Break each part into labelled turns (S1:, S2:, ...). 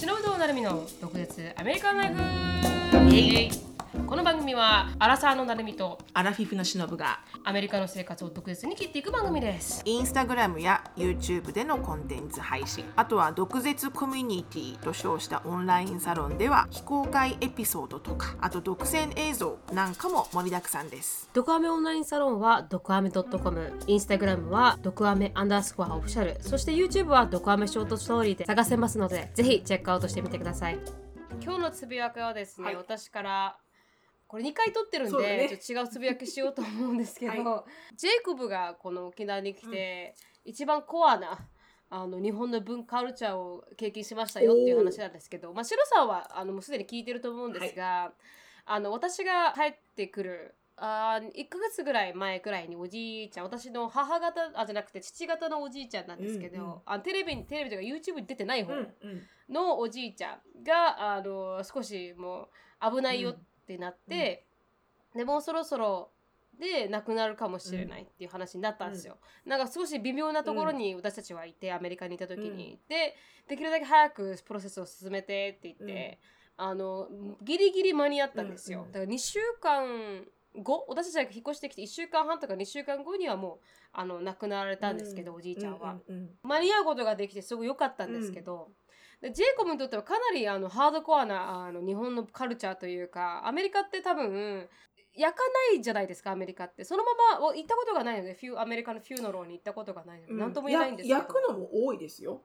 S1: 野成美の独舌アメリカンライフこの番組はアラサーの成美と
S2: アラフィフの忍が
S1: アメリカの生活を独舌に切っていく番組です
S2: インスタグラムや YouTube でのコンテンツ配信あとは毒舌コミュニティと称したオンラインサロンでは非公開エピソードとかあと独占映像なんかも盛りだくさんです
S1: ドクアメオンラインサロンはドクアメ .com インスタグラムはドクアメアンダースコアオフィシャルそして YouTube はドクアメショートストーリーで探せますのでぜひチェックアウトしてみてください今日のつぶやきはですね、
S2: はい
S1: 私からこれ2回撮ってるん
S2: そうだ
S1: で、
S2: ね
S1: ちょっと違うつぶやきしようと思うんですけど、
S2: は
S1: ジェイコブがこの沖縄に来て、一番コアなあの日本の文化カルチャーを経験しましたよっていう話なんですけど、まあ、シロさんはあのもうすでに聞いてると思うんですが、あの私が帰ってくるあ1ヶ月ぐらい前くらいにおじいちゃん私の母方あじゃなくて父方のおじいちゃんなんですけど、
S2: うんうん
S1: あテレビにテレビというか YouTube に出てない方、
S2: うん
S1: のおじいちゃんがあの少しもう危ないよってなって、でもうそろそろで亡くなるかもしれないっていう話になったんですよ、なんか少し微妙なところに私たちはいて、アメリカにいた時に、でできるだけ早くプロセスを進めてって言って、あのギリギリ間に合ったんですよ、
S2: うんうん
S1: だから2週間後私たちが引っ越してきて1週間半とか2週間後にはもうあの亡くなられたんですけど、
S2: う
S1: おじいちゃんは、
S2: うんうん
S1: 間に合うことができてすごい良かったんですけど、でジェイコブにとってはかなりあのハードコアなあの日本のカルチャーというかアメリカって多分焼かないじゃないですかアメリカってそのままお行ったことがないのでフューアメリカのフューノローに行ったことがないので
S2: うん
S1: 何とも言えないんですけど
S2: や焼くのも多いですよ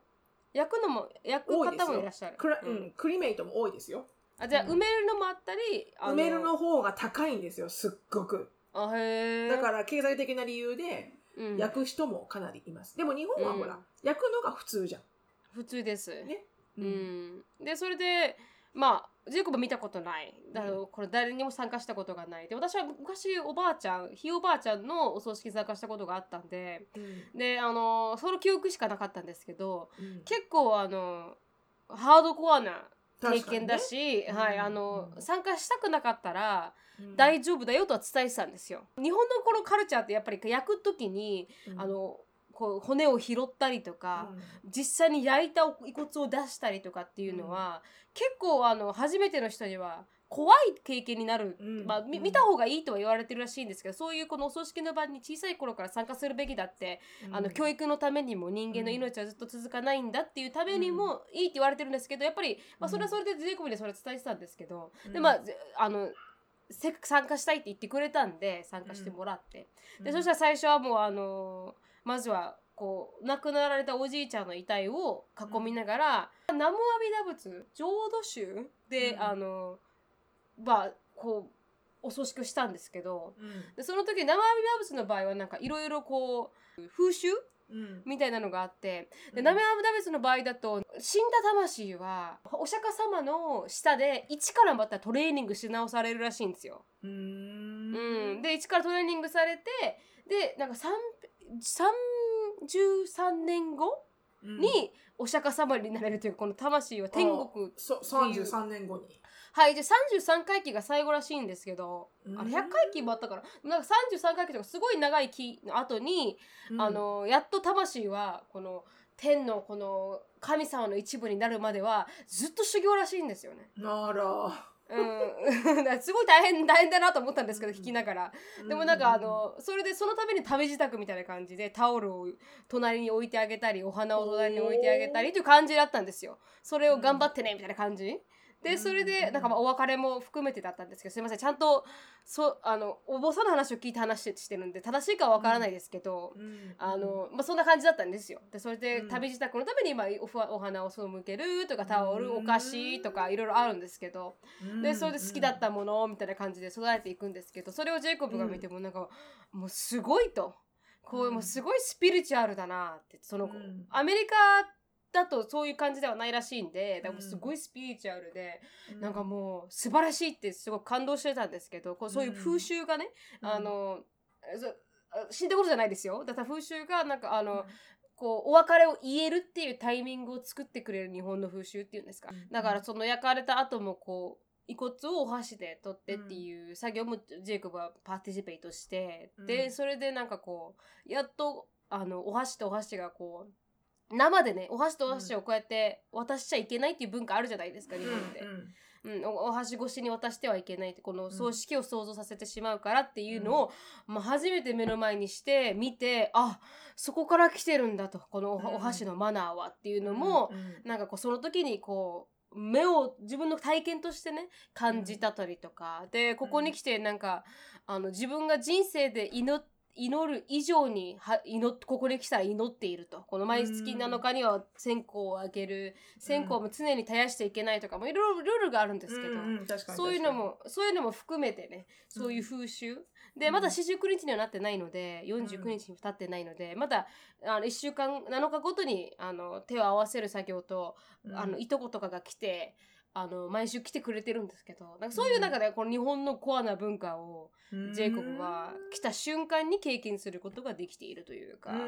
S1: 焼くのも焼く方もいらっしゃる
S2: クラ、う
S1: うん
S2: ん、クリメイトも多いですよ
S1: あじゃあ
S2: うん
S1: 埋めるのもあったりあ
S2: 梅のの方が高いんですよすっごく
S1: あへえ
S2: だから経済的な理由で
S1: うん、
S2: 焼く人もかなりいます、でも日本はほら、
S1: うん
S2: 焼くのが普通じゃ
S1: 普通です、
S2: んね
S1: うんでそれでまあジェイコブは見たことないだからこれ誰にも参加したことがないで私は昔おばあちゃんひいおばあちゃんのお葬式に参加したことがあったんで
S2: うん
S1: であのその記憶しかなかったんですけど
S2: うん
S1: 結構あのハードコアな経験だ、し、
S2: 確かにね
S1: はいあ
S2: うん
S1: の参加したくなかったら
S2: 確かにね
S1: 大丈夫だよとは伝えてたんですよ。日本のこのカルチャーってやっぱり焼く時に、
S2: うん
S1: あのこう骨を拾ったりとか、
S2: うん
S1: 実際に焼いた遺骨を出したりとかっていうのは、結構あの初めての人には怖い経験になる、
S2: うん
S1: まあ、み見た方がいいとは言われてるらしいんですけどそういうこのお葬式の場に小さい頃から参加するべきだって、あの教育のためにも人間の命はずっと続かないんだっていうためにもいいって言われてるんですけどやっぱり、まあ、それはそれで税込みでそれは伝えてたんですけど、でまあぜあのせ参加したいって言ってくれたんで参加してもらって、でそしたら最初はもうあのーまずはこう亡くなられたおじいちゃんの遺体を囲みながら、南無阿弥陀仏浄土宗で、
S2: うん
S1: あのーまあこうお葬式をしたんですけど
S2: うん
S1: でその時生阿弥陀仏の場合はなんかいろいろこう風習
S2: うん
S1: みたいなのがあって
S2: う
S1: で
S2: ん
S1: 生阿弥陀仏の場合だと死んだ魂はお釈迦様の下で一からまたトレーニングし直されるらしいんですよ。
S2: う
S1: うん、
S2: ん
S1: で一からトレーニングされてでなんか3 33年後
S2: うん
S1: にお釈迦様になれるというこの魂は天国
S2: そ33年後に
S1: はいで33回忌が最後らしいんですけどあれ100回忌もあったからなんか33回忌とかすごい長い期の後に、
S2: うん
S1: あのやっと魂はこの天のこの神様の一部になるまではずっと修行らしいんですよね。
S2: なら
S1: うん、 だからすごい大変大変だなと思ったんですけど聞きながら。でもなんかあのそれでそのために旅支度みたいな感じでタオルを隣に置いてあげたりお花を隣に置いてあげたりという感じだったんですよ。それを頑張ってねみたいな感じ。でそれ
S2: うんう
S1: で
S2: ん
S1: なんかまあお別れも含めてだったんですけどすいませんちゃんとそあのお坊さんの話を聞いて話してしてるんで正しいかはわからないですけど。
S2: うん
S1: あのまあ、そんな感じだったんですよ。でそれで
S2: うん
S1: 旅支度のために今おふわお花をその向けるとかタオル
S2: う
S1: お
S2: ん
S1: 菓子とかいろいろあるんですけどでそれで好きだったものみたいな感じで育てていくんですけどそれをジェイコブが見てもなんか、もうすごいとこう
S2: うん
S1: もうすごいスピリチュアルだなってその、
S2: うん
S1: アメリカだとそういう感じではないらしいんでだからすごいスピリチュアルで、
S2: う
S1: なんかもう素晴らしいってすごく感動してたんですけどこうそういう風習がね、
S2: うん
S1: あのそあ死んだことじゃないですよだから風習がなんかあの、
S2: うん
S1: こうお別れを言えるっていうタイミングを作ってくれる日本の風習っていうんですか、
S2: うん
S1: だからその焼かれた後もこう遺骨をお箸で取ってっていう作業もジェイコブはパーティシペイトして、
S2: うん
S1: でそれでなんかこうやっとあのお箸とお箸がこう生でねお箸とお箸をこうやって渡しちゃいけないっていう文化あるじゃないですか日本って、
S2: うんうん
S1: うん、おお箸越しに渡してはいけないってこの葬式を想像させてしまうからっていうのを、まあ、初めて目の前にして見てあそこから来てるんだとこのお,、
S2: うん
S1: お箸のマナーはっていうのも、
S2: うんうん
S1: なんかこうその時にこう目を自分の体験としてね感じたたりとかでここに来てなんかあの自分が人生で祈っ祈る以上には祈っここに来たら祈っているとこの毎月
S2: うん
S1: 7日には線香をあげる線香も常に絶やしていけないとかもいろいろルールがあるんですけど、
S2: うんうん確かに
S1: そういうのもそういうのも含めてねそういう風習、でまだ
S2: うん
S1: 49日にはなってないので49日にも経ってないので、まだあの1週間7日ごとにあの手を合わせる作業と
S2: 確かに
S1: あの
S2: うん
S1: いとことかが来てあの毎週来てくれてるんですけどなんかそういう中でこの日本のコアな文化をジェイコブは来た瞬間に経験することができているというか。
S2: うんうんん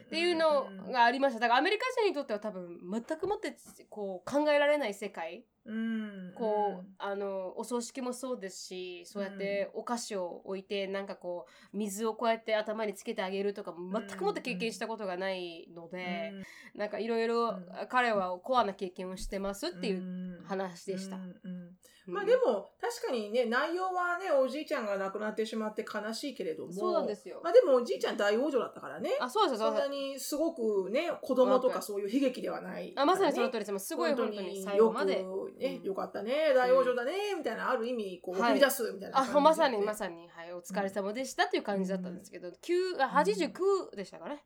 S1: っていうのがありましただからアメリカ人にとっては多分全くもってこう考えられない世界
S2: うん
S1: こう、
S2: ん
S1: あのお葬式もそうですしそうやってお菓子を置いてなんかこう水をこうやって頭につけてあげるとか全くもって経験したことがないので、なんかいろいろ
S2: うん
S1: 彼はコアな経験をしてますっていう
S2: う
S1: 話でした
S2: ん。うん
S1: うん
S2: まあでも確かにね内容はねおじいちゃんが亡くなってしまって悲しいけれども
S1: そうなんですよ
S2: ま。あでもおじいちゃん大往生だったからね
S1: あ、そうですよそ
S2: そ
S1: うんで
S2: な
S1: す。
S2: にすごくね子供とか
S1: 若い
S2: そういう悲劇ではないからね、
S1: あ、まさにその通りです。もうすごい本当に最後まで。
S2: よくね、
S1: うん
S2: よかったね大往生だね、みたいなある意味こう
S1: はい
S2: 送り出すみたいな
S1: あ、まさにま
S2: に、
S1: さに、はい、お疲れ様でしたっていう感じだったんですけど、九あ89でしたかね、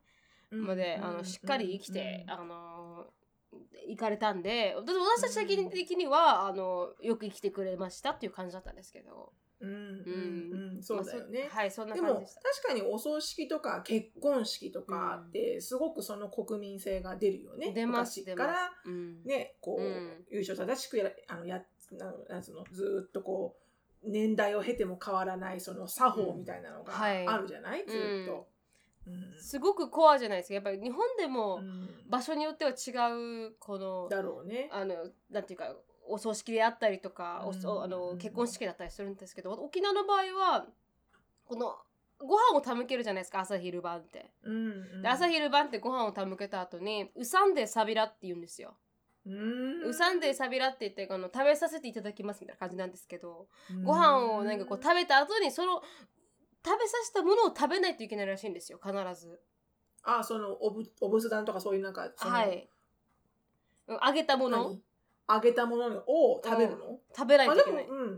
S2: うん
S1: まであ
S2: う
S1: の
S2: ん
S1: しっかり生きて、
S2: うん
S1: あのー行かれたんで、だって私たち的に的にはあのよく生きてくれましたっていう感じだったんですけど、
S2: うんうんうんそうだよね、
S1: まあそはい、そんな
S2: で
S1: 感じ
S2: も
S1: でした。
S2: 確かにお葬式とか結婚式とかってすごくその国民性が出るよね。
S1: 出ます
S2: 昔か
S1: 出
S2: ら
S1: うん、
S2: ね、こう、
S1: うん
S2: 優勝正しくやらあのやななんつうのずーっとこう年代を経ても変わらないその作法みたいなのが
S1: はい
S2: あるじゃない、ずーっと。うん
S1: すごくコアじゃないですか。やっぱり日本でも
S2: うん
S1: 場所によっては違うこの
S2: だろうね。
S1: あのなんていうかお葬式であったりとか、おそ
S2: うん
S1: あの結婚式だったりするんですけど沖縄の場合はこのご飯を手向けるじゃないですか朝昼晩って。
S2: うんうん
S1: で朝昼晩ってご飯を手向けた後に「うさんでさびら」って言うんですよ。
S2: うん
S1: うさんでさびらって言ってあの食べさせていただきますみたいな感じなんですけどご飯をなんかこう食べた後にその食べさせたものを食べないといけないらしいんですよ必ず。
S2: あそのおぶお仏壇とかそういうなんかその
S1: はい。うん揚げたもの
S2: 何揚げたものを食べるの、
S1: 食べない
S2: あ
S1: と
S2: で
S1: いけ
S2: も
S1: ない。
S2: うんうんう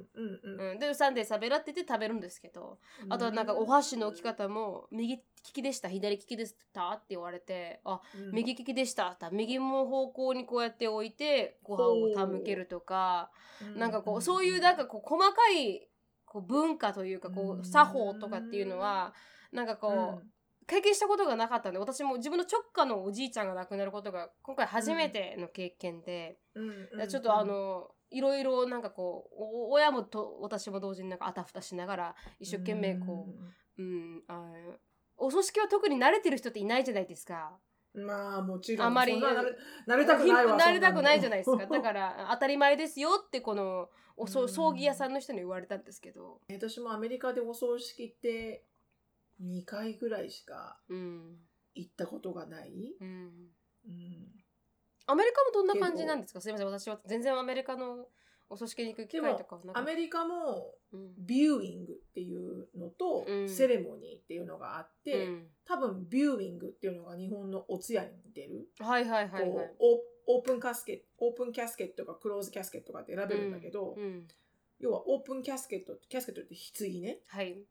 S2: ん。
S1: うん、でうさんでさべらって言って食べるんですけどあとはなんかお箸の置き方も右利きでした左利きでしたって言われてあ
S2: うん、
S1: 右利きでしたって右の方向にこうやって置いてご飯を手向けるとかなんかこうそういうなんかこう細かいこう文化というかこ
S2: うん
S1: う作法とかっていうのはなんかこう経験したことがなかったんで私も自分の直下のおじいちゃんが亡くなることが今回初めての経験で。
S2: うん、うん
S1: ちょっとあ、のいろいろなんかこうお親もと私も同時になんかあたふたしながら一生懸命こう、うん、あのお葬式は特に慣れてる人っていないじゃないですか。
S2: うん、まあもちろん
S1: あまり
S2: そんな慣れ慣れたくない わ
S1: 慣れたくないじゃないですか。だ
S2: ら
S1: から当たり前ですよってこのお
S2: う
S1: そ
S2: ん
S1: 葬儀屋さんの人に言われたんですけど、
S2: 私もアメリカでお葬式って2回ぐらいしか
S1: うん
S2: 行ったことがない、
S1: うん、
S2: うん、
S1: アメリカもどんな感じなんですかすいません私は全然アメリカのお葬式に行く機会とかはな
S2: ア
S1: かった
S2: メリカも
S1: うん
S2: ビューイングっていうのと、
S1: うん
S2: セレモニーっていうのがあって、
S1: うん
S2: 多分ビューイングっていうのが日本のお通夜に似てる
S1: はいはいはいはい
S2: こ。うオーオープンカスケットオープンキャスケットかクローズキャスケットかって選べるんだけど、
S1: うん、
S2: 要はオープンキャスケットってキャスケットって棺ね
S1: はい。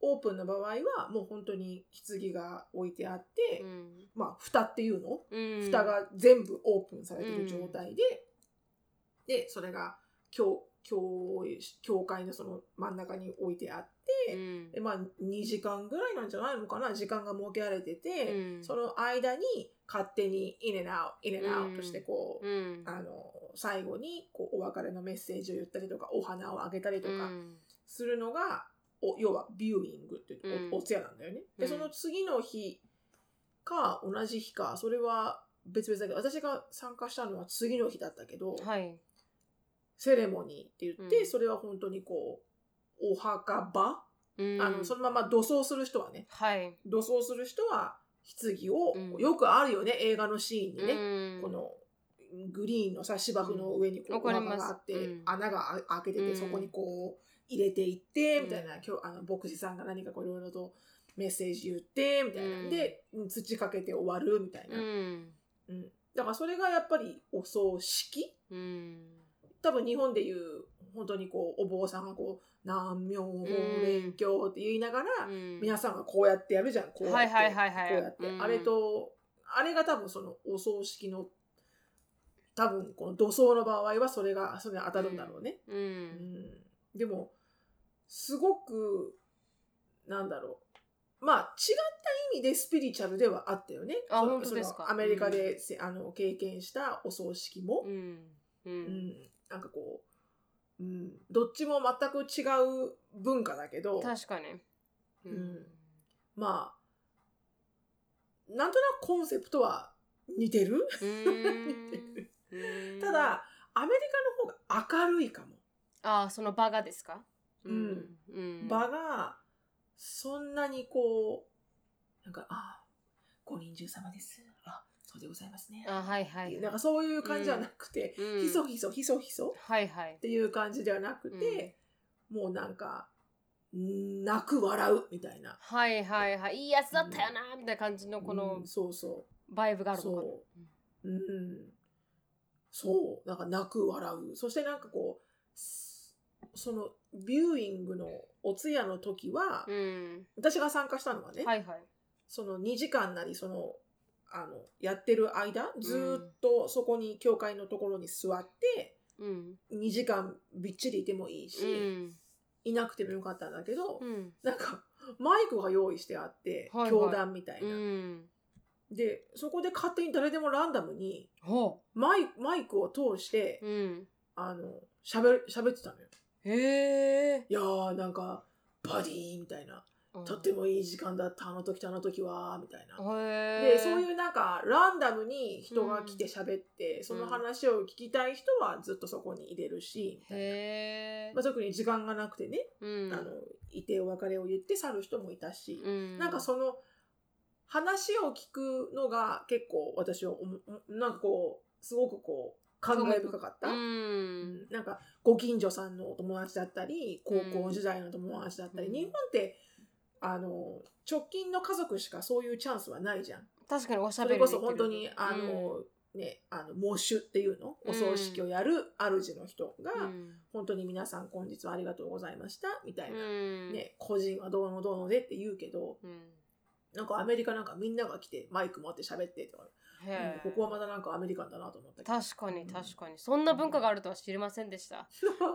S2: オープンの場合はもう本当に棺が置いてあって、
S1: うん
S2: まあ蓋っていうの、
S1: うん
S2: 蓋が全部オープンされてる状態で、でそれが教教教会のその真ん中に置いてあって、
S1: うん
S2: でまあ2時間ぐらいなんじゃないのかな時間が設けられてて、
S1: うん
S2: その間に勝手にイネナウイネナウとしてこう、
S1: うん
S2: あの最後にこうお別れのメッセージを言ったりとかお花をあげたりとか
S1: うん
S2: するのが、お要はビューイングって言ってお,、
S1: うん
S2: お通夜なんだよね。で
S1: うん
S2: その次の日か同じ日かそれは別々だけど私が参加したのは次の日だったけど、
S1: はい。
S2: セレモニーって言って、
S1: うん
S2: それは本当にこうお墓場、
S1: うん
S2: あのそのまま土葬する人はね
S1: はい。
S2: 土葬する人は棺を
S1: うん
S2: よくあるよね、映画のシーンにね、
S1: ね
S2: このグリーンのさ芝生の上にこう、
S1: うん
S2: お
S1: わか
S2: 墓
S1: ります
S2: があって、
S1: うん
S2: 穴があ開けてて、
S1: うん
S2: そこにこう入れていってみたいな、
S1: う
S2: 今日あの牧師さんが何かこういろいろとメッセージ言ってみたいな、
S1: うん
S2: で土かけて終わるみたいな、
S1: うん
S2: うんだからそれがやっぱりお葬式
S1: うん
S2: 多分日本でいう本当にこうお坊さんがこう「南明法勉強」って言いながら、
S1: うん
S2: 皆さんがこうやってやるじゃんこうやって、
S1: はいはいはいはい
S2: こうやって、
S1: うん
S2: あれとあれが多分そのお葬式の多分この土葬の場合はそれがそれに当たるんだろうね、
S1: う
S2: うん
S1: ん
S2: でもすごくなんだろうまあ違った意味でスピリチュアルではあったよね
S1: あ
S2: そ
S1: 本当ですか
S2: そのアメリカでせ、あの経験したお葬式も、
S1: うんう
S2: うんん、なんかこう、うん、どっちも全く違う文化だけど
S1: 確かにう
S2: うんまあなんとなくコンセプトは似てる、
S1: う ーんうん
S2: ただアメリカの方が明るいかも、
S1: ああその場がですか
S2: うん
S1: うん
S2: 場がそんなにこうなんかあご臨終様ですあそうでございますね
S1: あはいはいはい
S2: なんかそういう感じじゃなくて、
S1: うん
S2: ひそひそひそひそ
S1: はいはい
S2: っていう感じではなくて、もうなんかん泣く笑うみたいな
S1: はいはいはいいいやつだったよなみたいな感じのこ
S2: う
S1: の
S2: んそうそう
S1: バイブがあるのかな
S2: そううん。そう。なんか泣く、笑う。そしてなんかこう、すその、ビューイングのお通夜の時は、
S1: うん
S2: 私が参加したのはね、
S1: はいはい
S2: その2時間なり、その、あの、やってる間、ずーっとそこに、教会のところに座って、
S1: うん
S2: 2時間びっちりいてもいいし、
S1: うん
S2: いなくてもよかったんだけど、
S1: うん
S2: なんか、マイクが用意してあって、
S1: はいはい
S2: 教団みたいな、
S1: うん
S2: で、そこで勝手に誰でもランダムに、
S1: ほ
S2: マイマイクを通して
S1: う、うん
S2: あの、喋、喋ってたのよ。
S1: へえ
S2: いやー、なんか、バディーみたいな。とってもいい時間だった、あの時とあの時は、みたいな。
S1: へえ
S2: で、そういうなんか、ランダムに人が来て喋って、その話を聞きたい人はずっとそこに入れるし、みたいな
S1: へえ
S2: まあ、特に時間がなくてね、
S1: うん
S2: あの、いてお別れを言って去る人もいたし、
S1: うん
S2: なんかその、話を聞くのが結構私はおも、なんかこう、すごくこう、感慨深かった。
S1: う
S2: うんんなんかご近所さんのお友達だったり高
S1: う
S2: 校
S1: ん
S2: 時代の友達だったり、
S1: うん
S2: 日本ってあの直近の家族しかそういうチャンスはないじゃん。
S1: 確かにおしゃ
S2: そ
S1: べ
S2: れ
S1: り
S2: こ
S1: でき
S2: そ
S1: る
S2: 本当にあの、ねあの喪主っていうのお葬式をやる主の人が、
S1: うん
S2: 本当に皆さん本日はありがとうございましたみたいな、
S1: うん
S2: ね個人はどうのどうのでって言うけど
S1: うん
S2: なんかアメリカなんかみんなが来てマイク持って喋ってとか、
S1: へえ
S2: うんここはまだなんかアメリカンだなと思ったけど。
S1: 確かに
S2: うん
S1: 確かにそんな文化があるとは知りませんでした、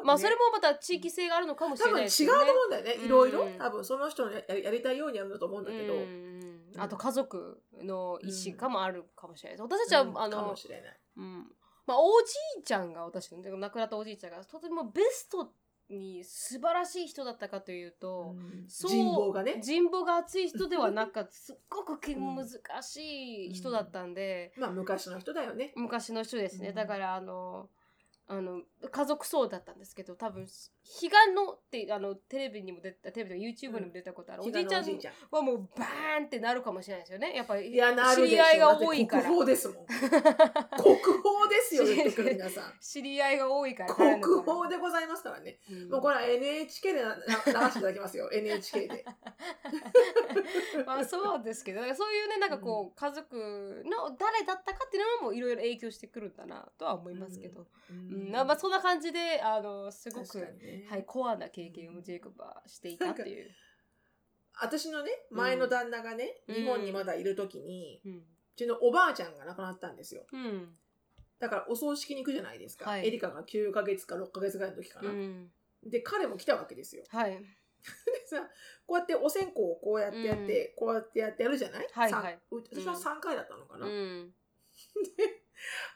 S1: まあ
S2: ね
S1: それもまた地域性があるのかもし
S2: 多
S1: れない
S2: 分違
S1: です
S2: うと
S1: よね
S2: 思うんだよね、
S1: うん
S2: いろいろ多分その人のややりたいようにやるんだと思うんだけど、
S1: うんうんあと家族の意思かもあるかもしれないです、私たちは、
S2: うん
S1: あ
S2: か
S1: の
S2: もしれない
S1: うんまあ、おじいちゃんが私の亡くなったおじいちゃんがとてもベストに素晴らしい人だったかというと、
S2: うん
S1: そう
S2: 人望がね、
S1: 人望が厚い人ではなくすっごくけ
S2: うん
S1: 難しい人だったんで、
S2: まあ昔の人だよね。
S1: 昔の人ですね、
S2: うん
S1: だからあのあの家族葬だったんですけど多分彼岸のってあのテレビにも出たテレビとか YouTube にも出たことある、おじいちゃん
S2: おじいちゃん。
S1: はもうバーンってなるかもしれないですよねやっぱり
S2: いや、なるでしょ
S1: 知り合いが多いから
S2: だって国宝ですも ん。国宝です
S1: 知
S2: よ、
S1: り合
S2: 言
S1: い
S2: ってくる皆さん。
S1: 知り合いが多いから
S2: 国宝
S1: で、
S2: でございますからね。
S1: うん
S2: もうこれは NHK でなな流していただきますよ、NHK で。
S1: まあそうですけどだからそういうねなんかこう、家族の誰だったかっていうのもいろいろ影響してくるんだなとは思いますけど、
S2: う
S1: うん
S2: ん
S1: まあまあそんな感じであのすごく、
S2: 確かにね
S1: はい、コアな経験をジェイコブはしていたっていう。
S2: 私のね、前の旦那がね、
S1: うん
S2: 日本にまだいる時に、
S1: うん、
S2: うちのおばあちゃんが亡くなったんですよ。
S1: うん
S2: だからお葬式に行くじゃないですか。
S1: はい
S2: エリカが9ヶ月か6ヶ月ぐらいの時か
S1: う
S2: な。
S1: ん、
S2: で、彼も来たわけですよ。
S1: はい
S2: でさ、こうやってお線香をこうやってやって、こうやってやってやるじゃない、
S1: はいはい
S2: さんう私は3回だったのかな、
S1: うん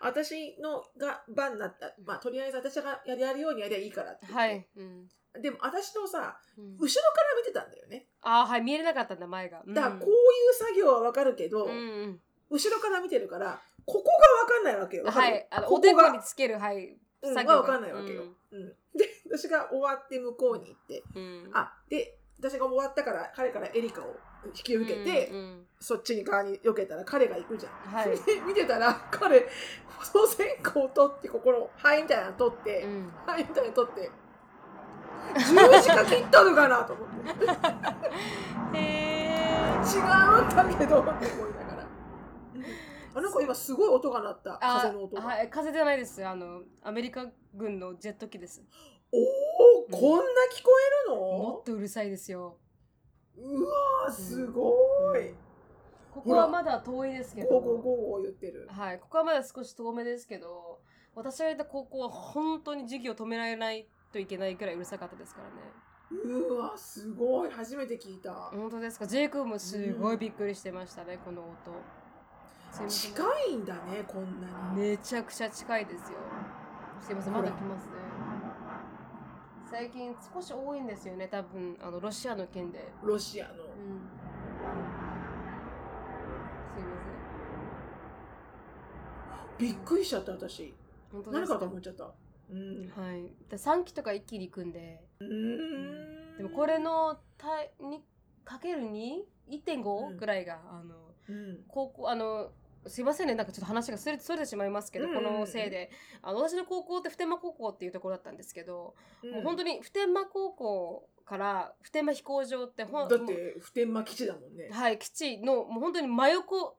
S2: 私のが番になった。まあ、とりあえず私がやりやるようにやりゃいいからって言って
S1: はい、うん
S2: でも私のさ、
S1: うん
S2: 後ろから見てたんだよね。
S1: ああはい見えなかったんだ前が。
S2: だからこういう作業はわかるけど、
S1: うんうん
S2: 後ろから見てるから、ここがわかんないわけよ。わか
S1: は
S2: る
S1: いあの
S2: こ
S1: お
S2: こ
S1: でこ
S2: が
S1: につけるはい
S2: うん
S1: 作業
S2: が
S1: が
S2: わかんないわけよ、うんで、私が終わって向こうに行って、
S1: うん、
S2: あ、で、私が終わったから、彼からエリカを引き受けて、
S1: うんうん
S2: そっちに側に避けたら彼が行くじゃん。
S1: はい
S2: で 見てたら彼放送線香を取って心はいみたいなの取って、
S1: うん
S2: はいみたいなの取って十字架切ったのかなと思って違うん
S1: へ
S2: だけどって思いなが ら。あなんか今すごい音が鳴った
S1: あ
S2: 風の音が。
S1: はい風じゃないですあのアメリカ軍のジェット機です
S2: おおこんな聞こえる
S1: もっ
S2: の？
S1: とうるさいですよ
S2: うわーすごい。
S1: ここはまだ遠いですけど
S2: ゴーゴーゴーゴー言ってる。
S1: はい、ここはまだ少し遠めですけど私がいた高校は本当に授業止められないといけないくらいうるさかったですからね
S2: うわーすごい初めて聞いた。
S1: 本当ですかジェイ君もすごいびっくりしてましたね、この音すいません
S2: 近いんだねこんなに。
S1: めちゃくちゃ近いですよすいませんまだ来ますね最近少し多いんですよね多分あのロシアの件で
S2: ロシアの。
S1: うんすいません
S2: びっくりしちゃった私。
S1: 本当で
S2: 何
S1: すか
S2: かと思っちゃった。うん。
S1: はいで3期とか一気に行くんで
S2: うーん
S1: でもこれ、の対にかける 2?1.5、
S2: うん
S1: ぐらいがあの
S2: うん、
S1: 高校あのすいませんねなんかちょっと話がそれそれてしまいますけど、
S2: うん
S1: このせいであの私の高校って普天間高校っていうところだったんですけど、もう本当
S2: に。
S1: に普天間高校から普天間飛行場ってほん
S2: だっ
S1: もう
S2: て普天間基地だもんね。
S1: はい基地のもう本当に真横ちょ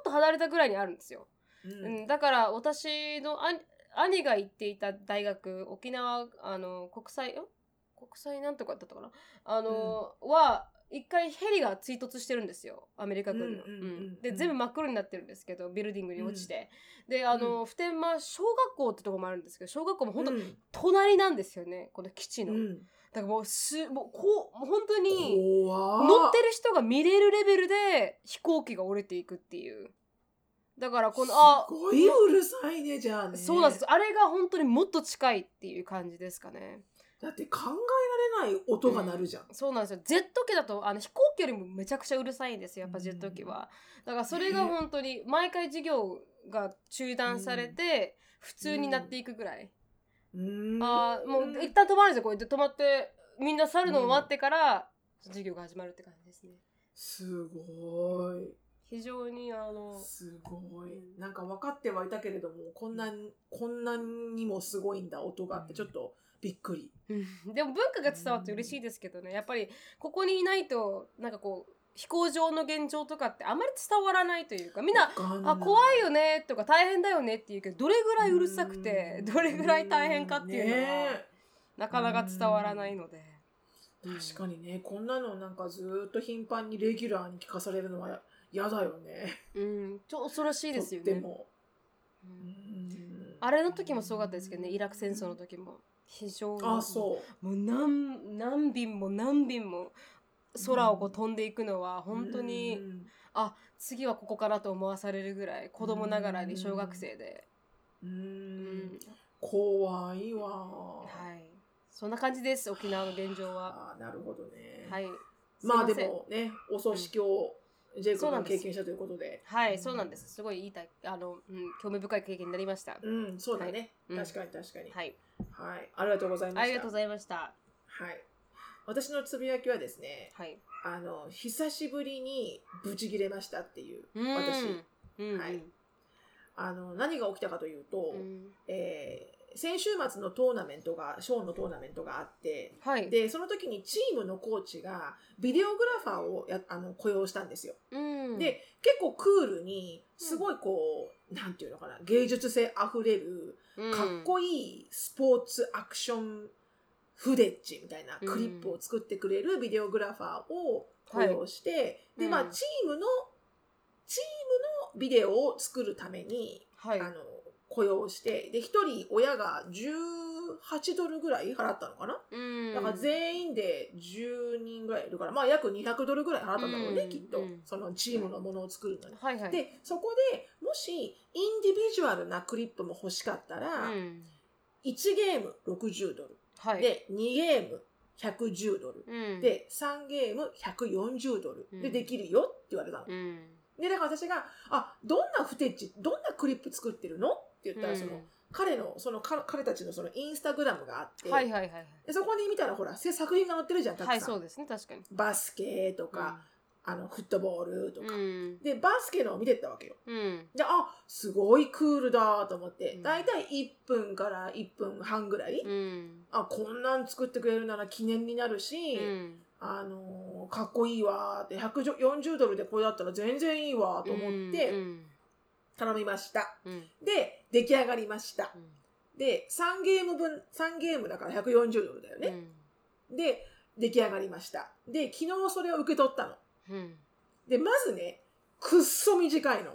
S1: っと離れたぐらいにあるんですよ。
S2: う
S1: うんん、だから私の兄兄が行っていた大学沖縄あの国際ん国際なんとかだったかなあの、は一回ヘリが追突してるんですよアメリカ軍の。う
S2: うんうんう
S1: ん
S2: んうん
S1: で全部真っ黒になってるんですけどビルディングに落ちて、であの普天間小学校ってとこもあるんですけど小学校も本当
S2: うん
S1: 隣なんですよねこの基地の。
S2: うん
S1: だからもうすもうこうもう本当に
S2: 怖
S1: 乗ってる人が見れるレベルで飛行機が折れていくっていう。だからこのあ
S2: すごいうるさいねじゃあね。
S1: そうなんです。あれが本当にもっと近いっていう感じですかね。
S2: だって考えられない音が鳴るじゃん。
S1: そうなんですよ。ジェット機だとあの飛行機よりもめちゃくちゃうるさいんですよ。やっぱジェット機は。だからそれが本当に毎回授業が中断されて普通になっていくぐらい。
S2: うーん
S1: ああもう一旦止まるんですよ。こうやって止まってみんな去るのを待ってから授業が始まるって感じですね。
S2: すごい。
S1: 非常にあの
S2: すごい。なんか分かってはいたけれども、こんなに、こんなにもすごいんだ、音がって、ちょっとびっくり。
S1: でも文化が伝わって嬉しいですけどねやっぱりここにいないとなんかこう飛行場の現状とかってあまり伝わらないというかみんな
S2: わか
S1: 「
S2: んない
S1: あ怖いよね」とか「大変だよね」って言うけどどれぐらいうるさくて
S2: うん
S1: どれぐらい大変かっていうの
S2: ね
S1: はなかなか伝わらないので
S2: え確かにね、こんなのなんかずーっと頻繁にレギュラーに聞かされるのは嫌だよね。
S1: うんちょっと恐ろしいですよ
S2: とっ
S1: ね
S2: ても。
S1: う
S2: うんん
S1: あれの時もすごかったですけどねイラク戦争の時も非常に
S2: あ、そう。
S1: もう何何便も何便も空をこう飛んでいくのは本当に、
S2: うん
S1: 次はここかなと思わされるぐらい子供ながらに小学生で、
S2: う
S1: うん
S2: ん。怖いわ。
S1: はいそんな感じです沖縄の現状は
S2: あーなるほどね。
S1: はい
S2: まあ
S1: す
S2: で
S1: いせん
S2: もね、お葬式をジェイコ
S1: そう
S2: ブ
S1: な
S2: が
S1: んです
S2: 経験したということで。
S1: はいそうなんですすごいいいたあの、うん、興味深い経験になりました、
S2: うん、そうだね。
S1: はいうん
S2: 確かに確かに。
S1: はい
S2: はい、ありがとうございました。
S1: ありがとうございました
S2: はい。私のつぶやきはですね、
S1: はい
S2: あの久しぶりにブチ切れましたっていう。
S1: うん
S2: 私
S1: うん
S2: はいあの何が起きたかというと、
S1: うん
S2: えー先週末のトーナメントがショーンのトーナメントがあって。
S1: はい
S2: でその時にチームのコーチがビデオグラファーをやあの雇用したんですよ。
S1: うん
S2: で結構クールにすごいこう、なんていうのかな芸術性あふれるかっこいいスポーツアクションフデッジみたいなクリップを作ってくれるビデオグラファーを雇用して、でまあ
S1: うん
S2: チームのチームのビデオを作るために、
S1: はい
S2: あの雇用してで1人親が18ドルぐらい払ったのかな、
S1: うん
S2: だから全員で10人ぐらいいるから、まあ約200ドルぐらい払ったんだろうね、
S1: うん
S2: きっと
S1: うん。
S2: そのチームのものを作るのに。
S1: はいはい
S2: で、そこでもしインディビジュアルなクリップも欲しかった
S1: う
S2: ら、
S1: ん
S2: 1ゲーム60ドル。
S1: はい
S2: で、2ゲーム110ドル。
S1: うん
S2: で、3ゲーム140ドル。
S1: う
S2: で、
S1: ん
S2: できるよって言われたの。
S1: うん
S2: で、だから私が、あ、どんなフテッチ、どんなクリップ作ってるのって言ったら、その、彼の、その彼彼たちのそのインスタグラムがあって、
S1: うんはいはいはいはい
S2: でそこに見たらほらせ作品が載ってるじゃんたくさん、
S1: はいそうですね確かに
S2: バスケとか、あのフットボールとか、
S1: うん
S2: でバスケのを見てったわけよ
S1: うん
S2: であすごいクールだと思って、
S1: うん
S2: だいたい1分から1分半ぐらい、
S1: うん
S2: あこんなん作ってくれるなら記念になるし、
S1: うん
S2: あのーかっこいいわーって140ドルでこれだったら全然いいわーと思って
S1: うん
S2: 頼みました
S1: うん
S2: で出来上がりました
S1: うん
S2: で3ゲーム分3ゲームだから140ドルだよね、で出来上がりましたで昨日それを受け取ったの
S1: うんうん
S2: でまずねくっそ短いの、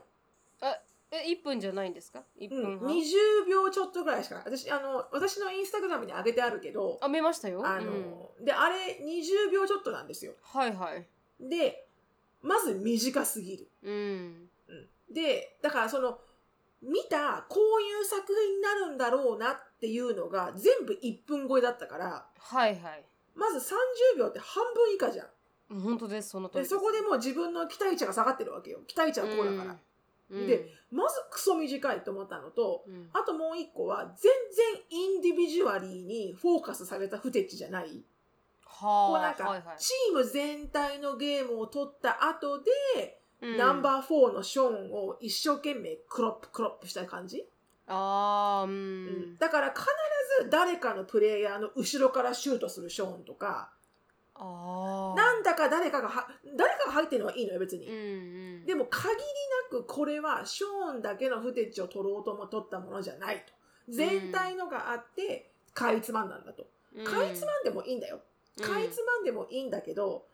S1: え一分じゃないんですか一
S2: うん
S1: 分半、
S2: 20秒ちょっとぐらいしかない私あの私のインスタグラムに上げてあるけど
S1: あ見ましたよ
S2: あ
S1: うん、
S2: の、であれ20秒ちょっとなんですよ
S1: はいはい
S2: でまず短すぎる
S1: うん
S2: うんでだからその見たこういう作品になるんだろうなっていうのが全部1分超えだったから
S1: はいはい
S2: まず30秒って半分以下じゃん
S1: 本当ですその通り
S2: でそこでもう自分の期待値が下がってるわけよ期待値はこうだから、
S1: うん
S2: でまずクソ短いと思ったのと
S1: うん
S2: あともう1個は全然インディビジュアリーにフォーカスされた不適じゃないこう
S1: はあ
S2: なん
S1: はい
S2: か
S1: はい
S2: チーム全体のゲームを取った後で、
S1: うん
S2: ナンバー4のショーンを一生懸命クロップクロップした感じ
S1: あーうん
S2: だから必ず誰かのプレイヤーの後ろからシュートするショーンとか、
S1: あー
S2: なんだか誰かがは、誰かが入ってるのはいいのよ、別
S1: うんう
S2: に。
S1: ん
S2: でも限りなくこれはショーンだけのフテッチを取ろうとも取ったものじゃないと。全体のがあって、かいつまんなんだと。
S1: うん
S2: かいつまんでもいいんだよ。かいつまんでもいいんだけど、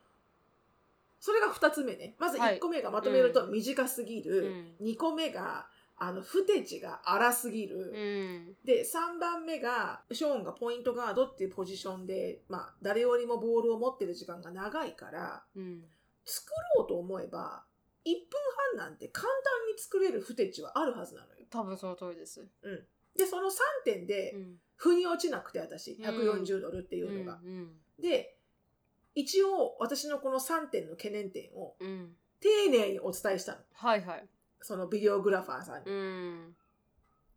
S2: それが2つ目ね。まず1個目がまとめると短すぎ
S1: う
S2: る。
S1: ん
S2: 2個目が、あの、フテッチが荒すぎる。
S1: うん
S2: で、3番目が、ショーンがポイントガードっていうポジションで、まあ、誰よりもボールを持ってる時間が長いから、
S1: うん
S2: 作ろうと思えば、1分半なんて簡単に作れるフテッチはあるはずなのよ。
S1: 多分その通りです
S2: で、その3点で
S1: う、ん
S2: 腑に落ちなくて、私、
S1: うん
S2: 140ドルっていううんの
S1: う
S2: が。
S1: ん
S2: で、一応、私のこの3点の懸念点を、
S1: うん
S2: 丁寧にお伝えしたの。
S1: はいはい
S2: そのビデオグラファーさんに。
S1: うん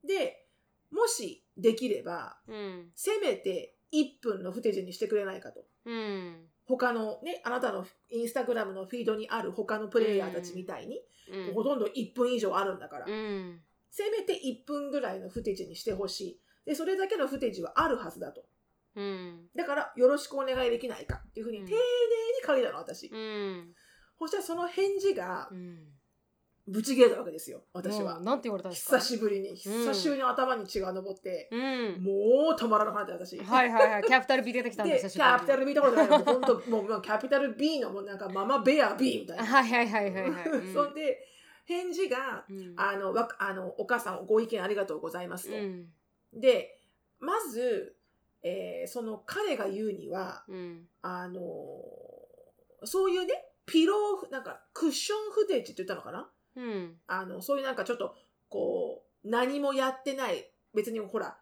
S2: で、もし、できれば、
S1: うん
S2: せめて1分のフテッチにしてくれないかと。
S1: うん
S2: 他のね、あなたのインスタグラムのフィードにある他のプレイヤーたちみたいに、
S1: うん
S2: ほとんど1分以上あるんだから、
S1: うん
S2: せめて1分ぐらいのフテージにしてほしい。で、それだけのフテージはあるはずだと。
S1: うん
S2: だから、よろしくお願いできないかっていうふうに
S1: うん
S2: 丁寧に書いたの、私。
S1: うん
S2: そしたらその返事が
S1: う、ん
S2: ぶち切れたわけですよ、私
S1: う
S2: は
S1: ん。なんて言われたんですか
S2: 久しぶりに、久しぶりに頭に血が上って、
S1: うん
S2: もう止まらなくなって、私。
S1: はいはいはいキャピタル B 出てきたん
S2: で、
S1: で
S2: キ
S1: す
S2: ャピタル B とかじゃないもう本当、もう もうキャピタル B のもうなんかママベア B みたいな。
S1: はいはいはいはいはいうん
S2: そんで返事が
S1: うん
S2: あのわあの「お母さんご意見ありがとうございますと」
S1: うん
S2: でまず、えーその彼が言うには
S1: うん
S2: あのーそういうねピローなんかクッションフテージって言ったのかな
S1: うん
S2: あのそういうなんかちょっとこう何もやってない別にほら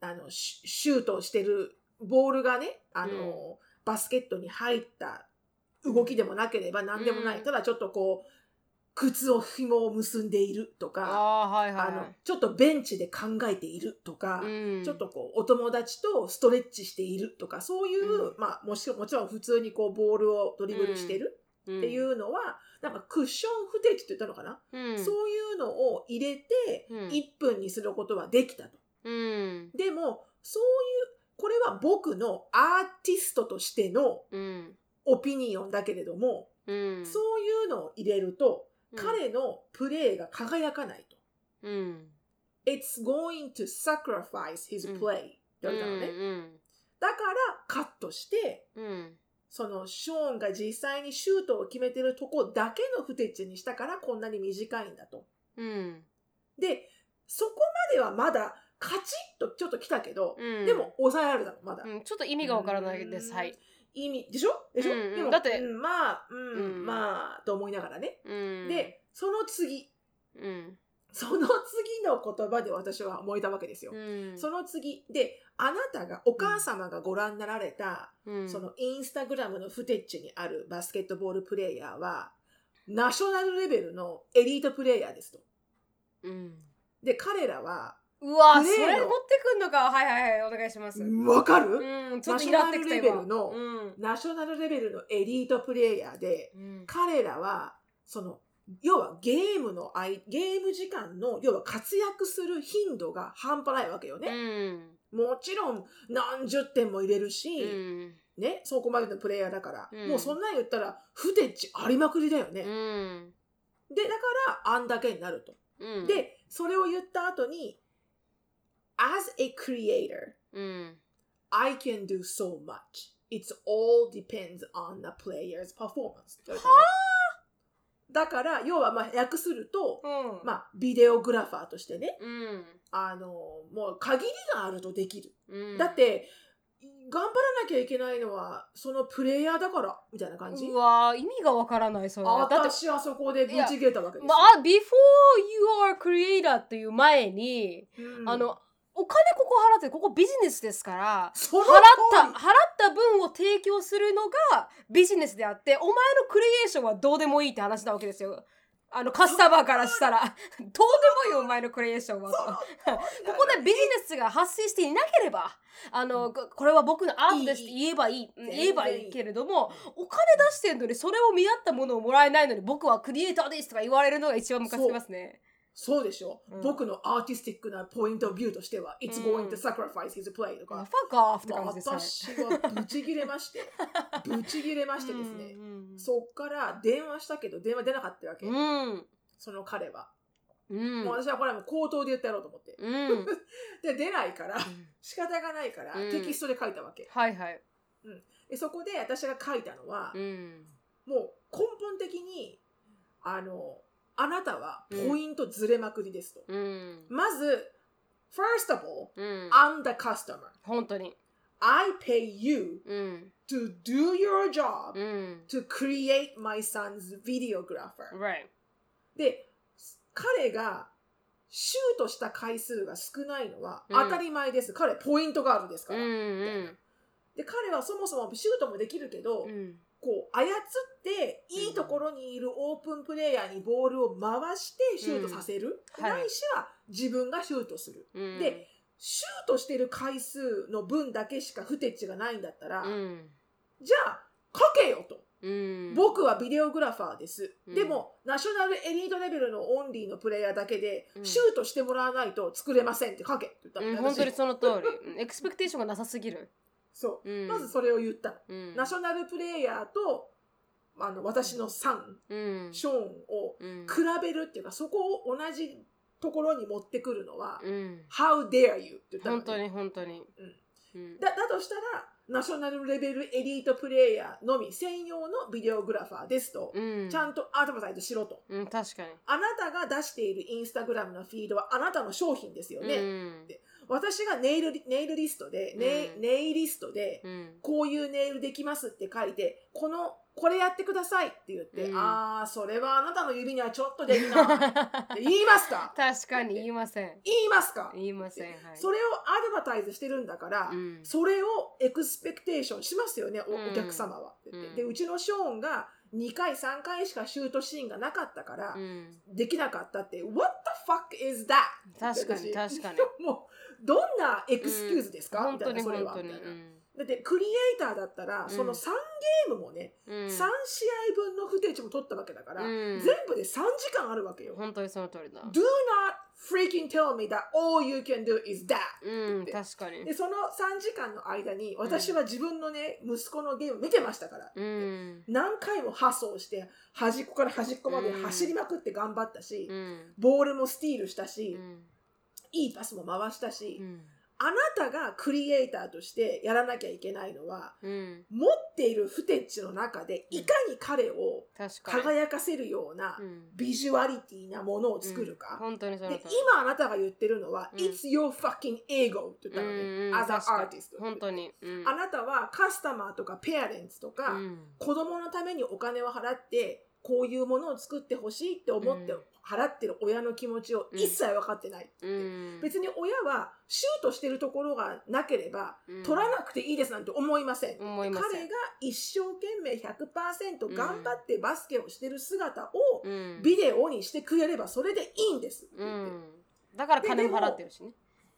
S2: あのシュシュートしてるボールがねあのー、バスケットに入った動きでもなければ何でもない、
S1: うん
S2: ただちょっとこう靴を紐を結んでいるとか
S1: ああーはい
S2: あ
S1: はい
S2: の
S1: は
S2: ちょっとベンチで考えているとか、
S1: いうん
S2: ちょっとこうお友達とストレッチしているとかそういう、
S1: うん
S2: まあ、もしもちろん普通にこうボールをドリブルしてる
S1: っ
S2: ってい
S1: うん
S2: うのは、なんかクッションフテージって言ったのかな、
S1: うん
S2: そういうのを入れて
S1: うん
S2: 1分にすることはできたと。
S1: うん
S2: でもそういうこれは僕のアーティストとしての
S1: うん
S2: オピニオンだけれども、
S1: うん
S2: そういうのを入れると、
S1: うん
S2: 彼のプレーが輝かないと。
S1: うん
S2: It's going to sacrifice his
S1: うん
S2: play、って言われたのね。
S1: うん
S2: だからカットして、
S1: うんうん
S2: そのショーンが実際にシュートを決めてるとこだけのフテッチにしたからこんなに短いんだと。
S1: うん
S2: で、そこまではまだカチッとちょっと来たけど、
S1: うん
S2: でも抑えられたの、まだ。
S1: うんちょっと意味がわからないです
S2: うん
S1: はい
S2: 意味でしょでしょ、
S1: うんうん
S2: でも
S1: だって
S2: うんまあうん、
S1: うん
S2: まあと思いながらね、
S1: うん
S2: でその次
S1: うん
S2: その次の言葉で私は燃えたわけですよ、
S1: うん
S2: その次であなたがお母様がご覧になられた、
S1: うん
S2: そのインスタグラムのフテッチにあるバスケットボールプレイヤーはナショナルレベルのエリートプレイヤーですと
S1: うん
S2: で彼らは
S1: うわ
S2: ねえ
S1: それ持ってくんのかはいはいはいお願いしますうん
S2: わかる、
S1: ちょっとイラってきた今
S2: ナショナルレベルの
S1: うん
S2: ナショナルレベルのエリートプレイヤーで、
S1: うん
S2: 彼らは、その、要はゲームのあい、ゲーム時間の、要は活躍する頻度が半端ないわけよ
S1: う
S2: ね。
S1: ん
S2: もちろん何十点も入れるし、
S1: うん
S2: ね、そこまでのプレイヤーだから、
S1: うん
S2: もうそんなん言ったら、不手地ありまくりだよね。
S1: うん
S2: で、だから、あんだけになると。
S1: うん
S2: で、それを言った後に、as a creator,
S1: うん
S2: I can do so much. It's all depends on the player's performance. だから、要は、まあ、訳すると、
S1: うん
S2: まあ、ビデオグラファーとしてね、
S1: うん
S2: あの、もう限りがあるとできる。
S1: うん
S2: だって、頑張らなきゃいけないのは、そのプレイヤーだから、みたいな感じ。
S1: うわー意味がわからないそれ
S2: あ
S1: はだって
S2: 私はそこでぶち切れたわけですよ
S1: まあ before you are creator という前に、
S2: うん
S1: あのお金ここ払ってここビジネスですから
S2: その
S1: 払った払った分を提供するのがビジネスであってお前のクリエーションはどうでもいいって話なわけですよあのカスタマーからしたら どうでもいいよお前のクリエーションはとここでビジネスが発生していなければあのここれは僕のアートですって言えばいいうん言えばいいけれどもお金出してんのにそれを見合ったものをもらえないのに僕はクリエイターですとか言われるのが一番ムカつきますね。
S2: そうでしょ、
S1: うん
S2: 僕のアーティスティックなポイントビューとしては、It's going
S1: うん
S2: to sacrifice his play と
S1: ファ
S2: か、
S1: ッカーって
S2: まあ
S1: 感じですね。
S2: 私はブチギレ ましてブチギレましてですね、
S1: うんうん
S2: そっから電話したけど電話出なかったわけ、
S1: うん
S2: その彼は、
S1: うん
S2: もう私はこれはもう口頭で言ってやろうと思って
S1: うん
S2: で出ないから仕方がないから、
S1: うん
S2: テキストで書いたわけ
S1: はいはい。
S2: でそこで私が書いたのは、
S1: うん。
S2: もう根本的にあのあなたはポイントずれまくりですと、
S1: うん。
S2: まず First of all
S1: うん。
S2: I'm the customer
S1: 本当に。
S2: I pay you
S1: うん。
S2: to do your job
S1: うん。
S2: to create my son's videographer.
S1: Right.
S2: で、彼がシュートした回数が少ないのは
S1: うん
S2: 当たり前です。彼、ポイントガードですか
S1: う
S2: ら。
S1: ん
S2: で、彼はそもそもシュートもできるけど、
S1: うん。うん。
S2: こう、操って、いいところにいるオープンプレイヤーにボールを回してシュートさせる。
S1: うんはい
S2: ないしは自分がシュートする。
S1: うん。
S2: で、シュートしてる回数の分だけしか不手値がないんだったら、
S1: うん。
S2: じゃあ、書けよと。
S1: うん。
S2: 僕はビデオグラファーです、
S1: うん
S2: でもナショナルエリートレベルのオンリーのプレイヤーだけで、
S1: うん
S2: シュートしてもらわないと作れませんって書けって言った
S1: うん、
S2: の
S1: 本
S2: 私
S1: 当にその通り。うんエクスペクテーションがなさすぎる。
S2: そうう、
S1: ん。
S2: まずそれを言ったの、
S1: うん。
S2: ナショナルプレイヤーとあの私のサン、
S1: うん。
S2: ショーンを
S1: うん。
S2: 比べるっていうかそこを同じところに持ってくるのは、
S1: うん。
S2: How dare you って言ったの
S1: 本
S2: ね
S1: 当に本当に。うん。
S2: だだとしたらナショナルレベルエリートプレイヤーのみ専用のビデオグラファーですと、
S1: うん。
S2: ちゃんとアドバタイズしろと。
S1: うん、確か
S2: あなたが出しているインスタグラムのフィードはあなたの商品ですよ
S1: に。
S2: ね。
S1: うん。
S2: 私がネイルリ、ネイルリストで、ネイ、
S1: うん
S2: ネイリストで、
S1: うん。
S2: こういうネイルできますって書いて、この、これやってくださいって言って、
S1: うん
S2: あー、それはあなたの指にはちょっとでき ない。って言いますか
S1: 確かに言いません。
S2: 言いますか
S1: 言いません。はい。
S2: それをアドバタイズしてるんだから、
S1: うん。
S2: それをエクスペクテーションしますよね、お,、
S1: うん
S2: お客様はって言って、
S1: うん
S2: で、うちのショーンが2回、3回しかシュートシーンがなかったから、
S1: うん。
S2: できなかったって、What the fuck is that?
S1: 確か
S2: 私
S1: に確かに。
S2: もう、どんなエクスキューズですか、
S1: 本
S2: みた
S1: 当
S2: いな、
S1: に
S2: それ
S1: 本
S2: は。
S1: 当
S2: み
S1: に。。
S2: たいうなんだって、クリエイターだったら、
S1: ん
S2: その3ゲームもね、
S1: うん
S2: 3試合分の不定値も取ったわけだから、
S1: うん
S2: 全部で3時間あるわけよ。
S1: 本当にその通りだ。
S2: Do not freaking tell me that all you can do is that!
S1: うん、
S2: て
S1: 確かに
S2: で、。その3時間の間に、私は自分のね、息子のゲーム見てましたから。
S1: うん。
S2: 何回もハソをして、端っこから端っこまで
S1: うん
S2: 走りまくって頑張ったし、
S1: うん。
S2: ボールもスティールした
S1: う
S2: し、
S1: ん。
S2: いいパスも回したし、
S1: うん
S2: あなたがクリエイターとしてやらなきゃいけないのは、
S1: うん。
S2: 持っているフテッチの中で、いかに彼を
S1: 確かに。
S2: 輝かせるような
S1: うん
S2: ビジュアリティなものを作る
S1: うん
S2: か。
S1: 本当にその
S2: で
S1: 通、
S2: 今あなたが言ってるのは、
S1: うん
S2: It's your fucking ego って言ったの
S1: うんう
S2: ね。
S1: ん
S2: as an
S1: 確か
S2: artist.
S1: り。本当に。うん
S2: あなたはカスタマーとかペアレンツとか、
S1: うん
S2: 子供のためにお金を払って、こういうものを作ってほしいって思って
S1: うん
S2: 払ってる親の気持ちを一切分かってないって
S1: う
S2: 言って
S1: ん。
S2: 別に親はシュートしてるところがなければ、
S1: うん
S2: 取らなくていいですなんて思いません。
S1: 思いません
S2: 彼が一生懸命100%頑張ってバスケをしてる姿を
S1: うん
S2: ビデオにしてくれればそれでいいんですって
S1: う
S2: 言って。
S1: ん。だから金も払ってるしね。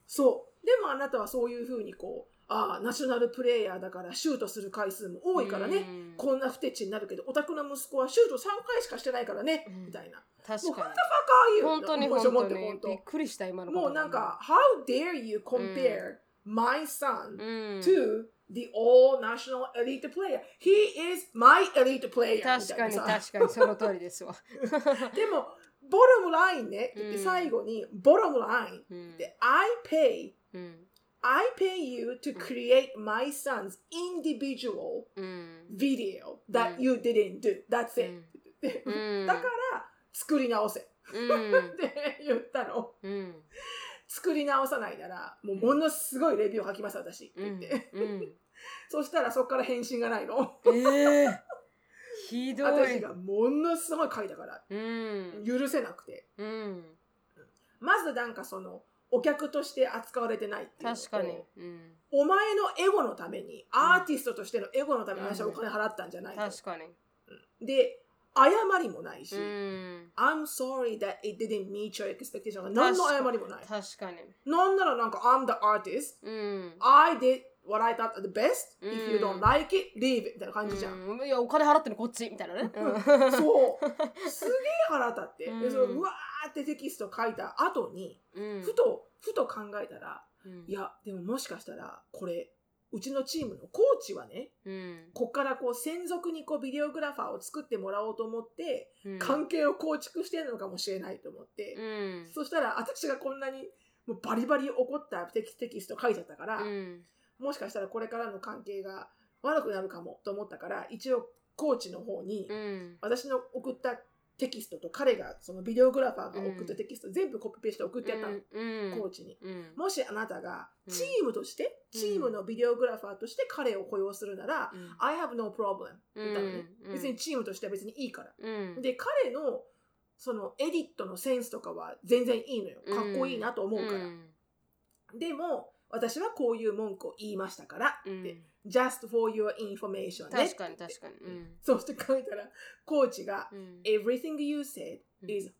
S2: そう。でもあなたはそういうふうにこう、ああ、ナショナルプレイヤーだからシュートする回数も多いからね。
S1: うん
S2: こんな不手地になるけど、オタクの息子はシュート3回しかしてないからね。
S1: うん
S2: みたいな。も
S1: 確
S2: うほん
S1: か
S2: とバカ
S1: に
S2: 言う。
S1: 本当に
S2: もう
S1: 本
S2: ちょもっ
S1: 当
S2: と
S1: に
S2: もっと
S1: びっくりした今の
S2: もうなんか、How dare you compare my
S1: う
S2: son
S1: ん
S2: to the all national elite player? He is my elite player!
S1: 確か
S2: み
S1: に
S2: たいなさ
S1: 確かにその通りですわ
S2: でも、ボロムラインねって言って
S1: うん
S2: 最後に、ボロムライン
S1: うん
S2: で I pay,
S1: うん
S2: I pay you to create my son's individual
S1: うん
S2: video that you didn't do. That's
S1: う
S2: it.
S1: ん
S2: で
S1: うん
S2: だから、作り直せっ
S1: うん
S2: て言ったの。
S1: うん
S2: 作り直さないなら、もうものすごいレビュー書きます、私。って
S1: う
S2: 言っ
S1: ん
S2: て。
S1: うん
S2: そしたらそこから返信がないの。
S1: ええひど
S2: 私
S1: い
S2: がものすごい書いたから、
S1: うん
S2: 許せなくて。
S1: うん
S2: まずなんかその、お客として扱われてないっていうのと
S1: 確かにうん
S2: お前のエゴのために、アーティストとしてのエゴのために私はお金払ったんじゃないの、
S1: 確かに
S2: で、謝りもないし、
S1: うん
S2: I'm sorry that it didn't meet your expectation が何の謝りもない。
S1: 確かに
S2: なんならなんか、I'm the artist,
S1: うん
S2: I did what I thought the best. If you
S1: う
S2: don't
S1: ん
S2: like it, leave it. みたいな感じじゃん。
S1: うんいやお金払ってるのこっちみたいなね うん
S2: そう。すげえ腹立って。
S1: うん
S2: で、そのうわーってテキスト書いた後に、
S1: うん
S2: ふと、ふと考えたら、
S1: うん
S2: いや、でももしかしたら、これ、うちのチームのコーチはね、
S1: うん
S2: こっからこう専属にこうビデオグラファーを作ってもらおうと思って、
S1: うん
S2: 関係を構築してるのかもしれないと思って、
S1: うん
S2: そしたら私がこんなにもうバリバリ怒ったテキテキスト書いちゃったから、
S1: うん
S2: もしかしたらこれからの関係が悪くなるかもと思ったから、一応コーチの方に、
S1: うん
S2: 私の送ったテキストと彼が、そのビデオグラファーが送ったテキスト、全部コピペして送ってやったの、
S1: うん
S2: コーチに。
S1: うん
S2: もしあなたが
S1: うん
S2: チームとして、
S1: うん
S2: チームのビデオグラファーとして彼を雇用するなら、
S1: うん
S2: I have no problem って言ったのね。
S1: うん
S2: 別にチームとしては別にいいから。
S1: うん
S2: で、彼のそのエディットのセンスとかは全然いいのよ。
S1: うん
S2: かっこいいなと思うから。
S1: うん
S2: でも、私はこういう文句を言いましたから、
S1: うん
S2: で just for your information ね。
S1: 確かに確かにうん
S2: そして書いたら、コーチが、
S1: うん、
S2: Everything you said
S1: うん
S2: is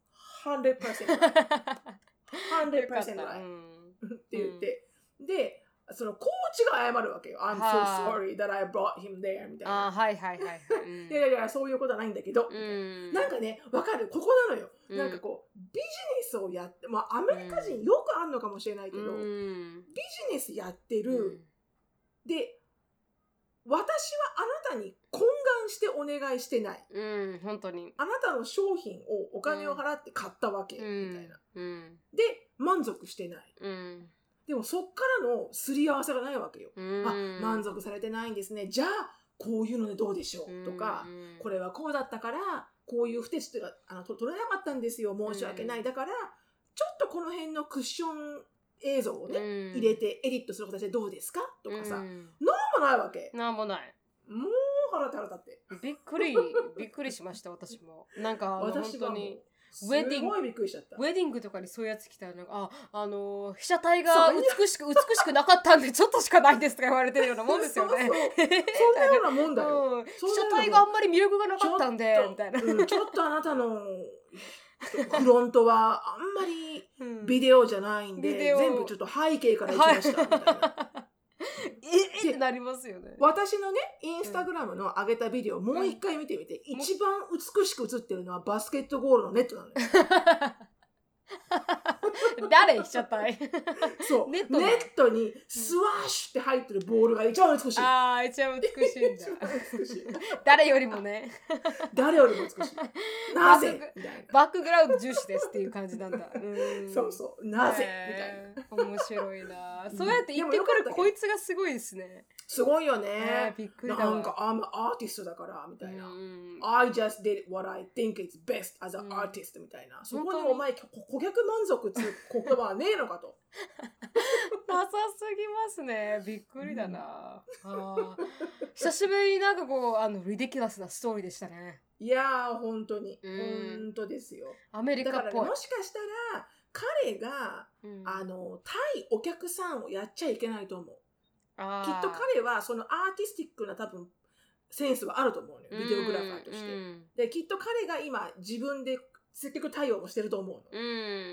S2: 100%
S1: よ
S2: right.
S1: かった
S2: 100% right. って言って。で、そのコーチが謝るわけよ。I'm so
S1: はあ
S2: sorry that I brought him there みたい
S1: ああ
S2: な。
S1: はいはいはいはい。
S2: いやいやいや、そういうことはないんだけど。み
S1: う、
S2: たいなんなんかね、わかる。ここなのよ。なんかこう、ビジネスをやって、まあアメリカ人よくあんのかもしれないけ
S1: う
S2: ど、ビ
S1: ん、
S2: ジネスやって
S1: うん
S2: る。で、私はあなたに懇願してお願いしてない。
S1: うん、うん、本当に。
S2: あなたの商品をお金を払って買ったわけ。み
S1: う
S2: た
S1: ん
S2: いな。。
S1: うん
S2: で、満足してない。
S1: うん
S2: でもそっからのすり合わせがないわけよ。
S1: うん、
S2: あ、満足されてないんですね。じゃあ、こういうのでどうでしょうとか、こ
S1: れ
S2: れはこうだったから、こういう不手地があのと取れなかったんですよ。申し訳な
S1: う
S2: い。だから、ちょっとこの辺のクッション映像をね、
S1: ね
S2: 入れてエディットする形でどうですかとかさ、
S1: う
S2: なん
S1: ん、
S2: もないわけ。
S1: なんもない。
S2: もう腹立腹立って。
S1: びっく り、びっくりしました、私も。なんか、あの本
S2: 私は
S1: 当
S2: もう
S1: に。、
S2: す
S1: ウェディング
S2: ごいびっくりしちゃった。
S1: ウェディングとかにそういうやつ来たらなんかああのー被写体
S2: そ
S1: が
S2: うい
S1: 美しく美しくなかったんでちょっとしかないですとか言われてるようなもんですよね。
S2: そうそう
S1: みたい
S2: そんなようなもんだ
S1: な
S2: よ。
S1: うん被
S2: そんなよう
S1: 写
S2: なもん
S1: 体があんまり魅力がなかったんで
S2: ちょっと
S1: みたいな。
S2: うんちょっとあなたのフロントはあんまり
S1: うん
S2: ビデオじゃないんで、
S1: ビデオ
S2: 全部ちょっと背景からいきましたみたいな、
S1: ええってなりますよね。
S2: 私のねインスタグラムの上げたビデオもう一回見てみて、
S1: ん
S2: 一番美しく映ってるのはバスケットゴールのネットなの よ
S1: 誰被写体
S2: そう
S1: ネッ
S2: ネ
S1: ト
S2: ッ
S1: だ
S2: トにスワッシュって入ってるボールが一番美しい
S1: ああ一番美しいんだ
S2: 一。番美しい
S1: 誰よりもね
S2: 誰よりも美し いなぜ
S1: バス
S2: みたい
S1: バックグラウンド重視ですっていう感じなんだ。 うん
S2: なそうそうなぜ、みたいな
S1: へー面白いな
S2: うん
S1: そうやって言ってく
S2: でもよかったけ
S1: る
S2: ど
S1: こいつがすごいですね。
S2: すごいよ
S1: え
S2: ね、
S1: ー、びっくりだ
S2: な
S1: わ。
S2: んか、I'm an artist だから、みたいな。
S1: うん
S2: I just did what I think is best as
S1: う
S2: an
S1: ん
S2: artist、みたいな。そこ
S1: 本
S2: に
S1: 当に
S2: お前、こ顧客満足つう言葉はねえの かと。
S1: なさすぎますね。びっくりだな。あー久しぶりになんかこう、あの、リディキュラスなストーリーでしたね。
S2: いやー、本当に。
S1: うん
S2: 本当ですよ。
S1: アメリ
S2: だ
S1: カ
S2: か
S1: っ
S2: らね、
S1: ぽい。
S2: もしかしたら、彼が、
S1: うん
S2: あの、対お客さんをやっちゃいけないと思う。
S1: あ
S2: き
S1: ー
S2: っと彼は、そのアーティスティックな多分、センスはあると思うのよ。ビデオグラファーとして。
S1: うん
S2: で、きっと彼が今、自分で積極対応もしてると思うの。
S1: う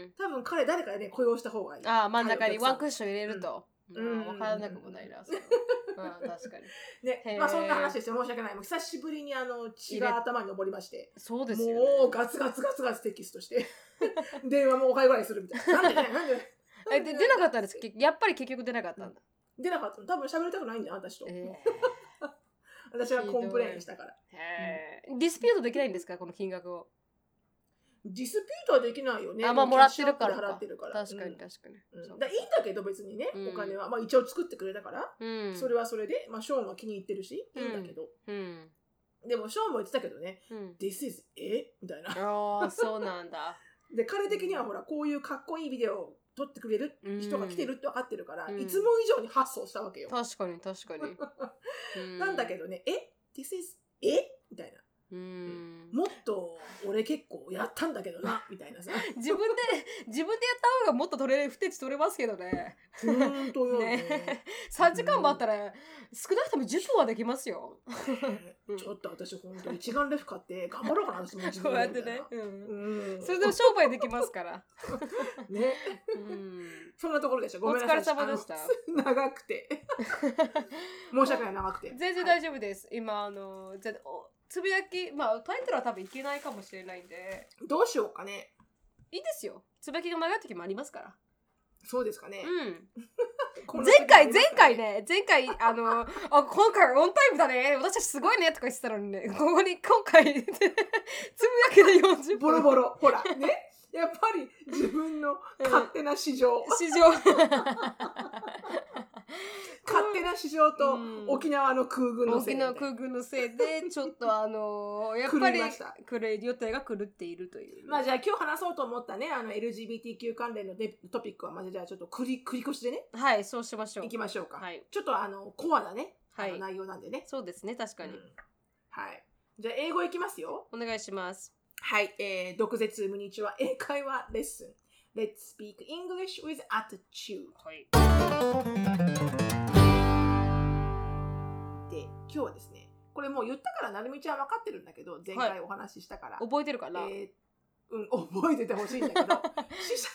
S1: ん。
S2: 多分彼誰かでね雇用した方がいい。
S1: ああ、真ん中に
S2: はい
S1: ワンクッション入れると。
S2: う
S1: うんん。わからなくもないな。それ はうん、確かに。へ
S2: ね
S1: ー、
S2: まあそんな話でして申し訳ない。もう久しぶりにあの血が頭に上りまして、
S1: そうですよ、ね。
S2: もうガツガツガツガツテキストして、 電話もおかゆぐらいするみたいな。なんでね、なんでね。
S1: えで出なかったんですけやっぱり結局出なかったんだ。
S2: 出なかったの。多分喋りたくないんだよ、私と。
S1: え
S2: 私はコンプレインしたから。
S1: ー、へーディスピュートできないんですかこの金額を。
S2: ディスピュートはできないよね。
S1: あまあ
S2: うキャッシュ
S1: もらってるから
S2: ア
S1: か
S2: ップ
S1: 確
S2: で払ってるから。
S1: かに
S2: うん
S1: 確かに。
S2: うん
S1: そう
S2: だからいいんだけど別にね、
S1: うん
S2: お金は、まあ、一応作ってくれたから、
S1: うん。
S2: それはそれで、まあ、ショーンは気に入ってるしいいんだけど、
S1: うん。
S2: でもショーンも言ってたけどね
S1: うん
S2: 「This is it」みたいな
S1: ああ、そうなんだ。
S2: で彼的にはほらこういうかっこいいビデオを撮ってくれる人が来てるって分かってるから、
S1: うん
S2: いつも以上に発想したわけ よ、
S1: 確かに確 かに。うん
S2: なんだけどね「え This is it」みたいな
S1: うん。
S2: もっと俺結構やったんだけど なみたいなさ
S1: 自分で、自分でやった方がもっと取れる、不手値取れますけどね。
S2: うーんとよね
S1: ね3時間もあったら、少なくとも10分はできますよ。うん
S2: ちょっと私本当一眼レフ買って頑張ろうかな私も自
S1: そう
S2: 分で
S1: やっ
S2: み
S1: て
S2: たい
S1: ね
S2: な。
S1: うん
S2: うん
S1: それでも商売できますから。
S2: ね
S1: うん。
S2: そんなところでした。ごめんなさい。
S1: お疲れ様でした
S2: あの長く て。申し訳ない、長くて。
S1: 全然
S2: はい
S1: 大丈夫です。今、あの、ぜおつぶやき、まあ、タイトルは多分いけないかもしれないんで、
S2: どうしようかね。
S1: いいですよ。つぶやきが曲がる時もありますから。
S2: そうですかね。
S1: うん。
S2: こんな時
S1: 前回
S2: もあ
S1: 前回。
S2: りますか
S1: ね前回あの あ今回オンタイムだね私たちすごいねとか言ってたのにねここに今回 つぶやけで40分
S2: ボロボロ。ほら、ね。やっぱり自分の勝手な市場、
S1: 市場
S2: 勝手な市場と
S1: うん
S2: 沖縄の空軍のせい
S1: 沖
S2: みた
S1: 縄
S2: いな
S1: 空軍のせい でちょっとあのやっぱり
S2: 狂いました
S1: 狂い予定が狂っているという、
S2: まあじゃあ今日話そうと思ったね、あの LGBTQ 関連のねトピックはまずじゃあちょっと繰り繰り越しでね、
S1: はいそうしましょう
S2: いきましょうか。
S1: はい
S2: ちょっとあのコアなね、
S1: はい
S2: あの内容なんでね。
S1: そうですね確かに
S2: う、んはい。じゃあ英語いきますよ。
S1: お願いします
S2: はい、えー、毒舌無日は英会話レッスン。Let's speak English with attitude
S1: はい
S2: で、今日はですね、これもう言ったからなるみちゃん分かってるんだけど、前
S1: は
S2: 回
S1: い
S2: お話ししたから、
S1: 覚えてるかな、
S2: えーうん、覚えててほしいんだけ ど、死者、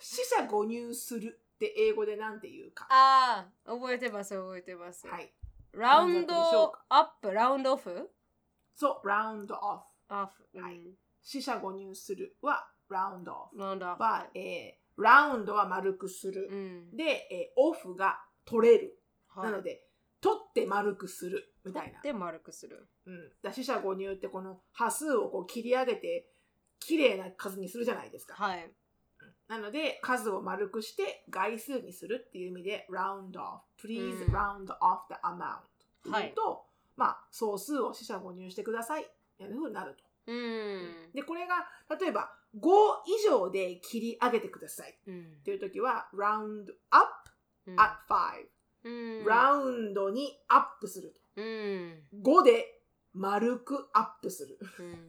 S2: 死者誤入するって英語でなんて言うか。
S1: ああ覚えてます覚えてます、
S2: はい。
S1: ラウンド
S2: なんだったでしょう
S1: アップラウンドオフ
S2: そう、round off。
S1: アフ、
S2: はい
S1: うん
S2: 死者誤入するは round off。
S1: ラウンドアップ
S2: は、えー、round は丸くす
S1: う
S2: る。
S1: ん
S2: で、えー、off が取れる。
S1: はい
S2: なので、取って丸くするみたいな。
S1: で丸くする。
S2: うん。だ四捨五入ってこの波数をこう切り上げて、綺麗な数にするじゃないですか。
S1: はい。
S2: なので、数を丸くして概数にするっていう意味で、round off。please
S1: うん
S2: round off the amount って
S1: は
S2: 言う
S1: い
S2: と、まあ、総数を四捨五入してください。みたいな風になると。
S1: うん。
S2: で、これが、例えば、5以上で切り上げてください。
S1: うん
S2: っていう時は、round up
S1: うん。
S2: at 5。
S1: うん。
S2: ラウンドにアップすると。
S1: うん。
S2: 5で丸くアップする。
S1: うん。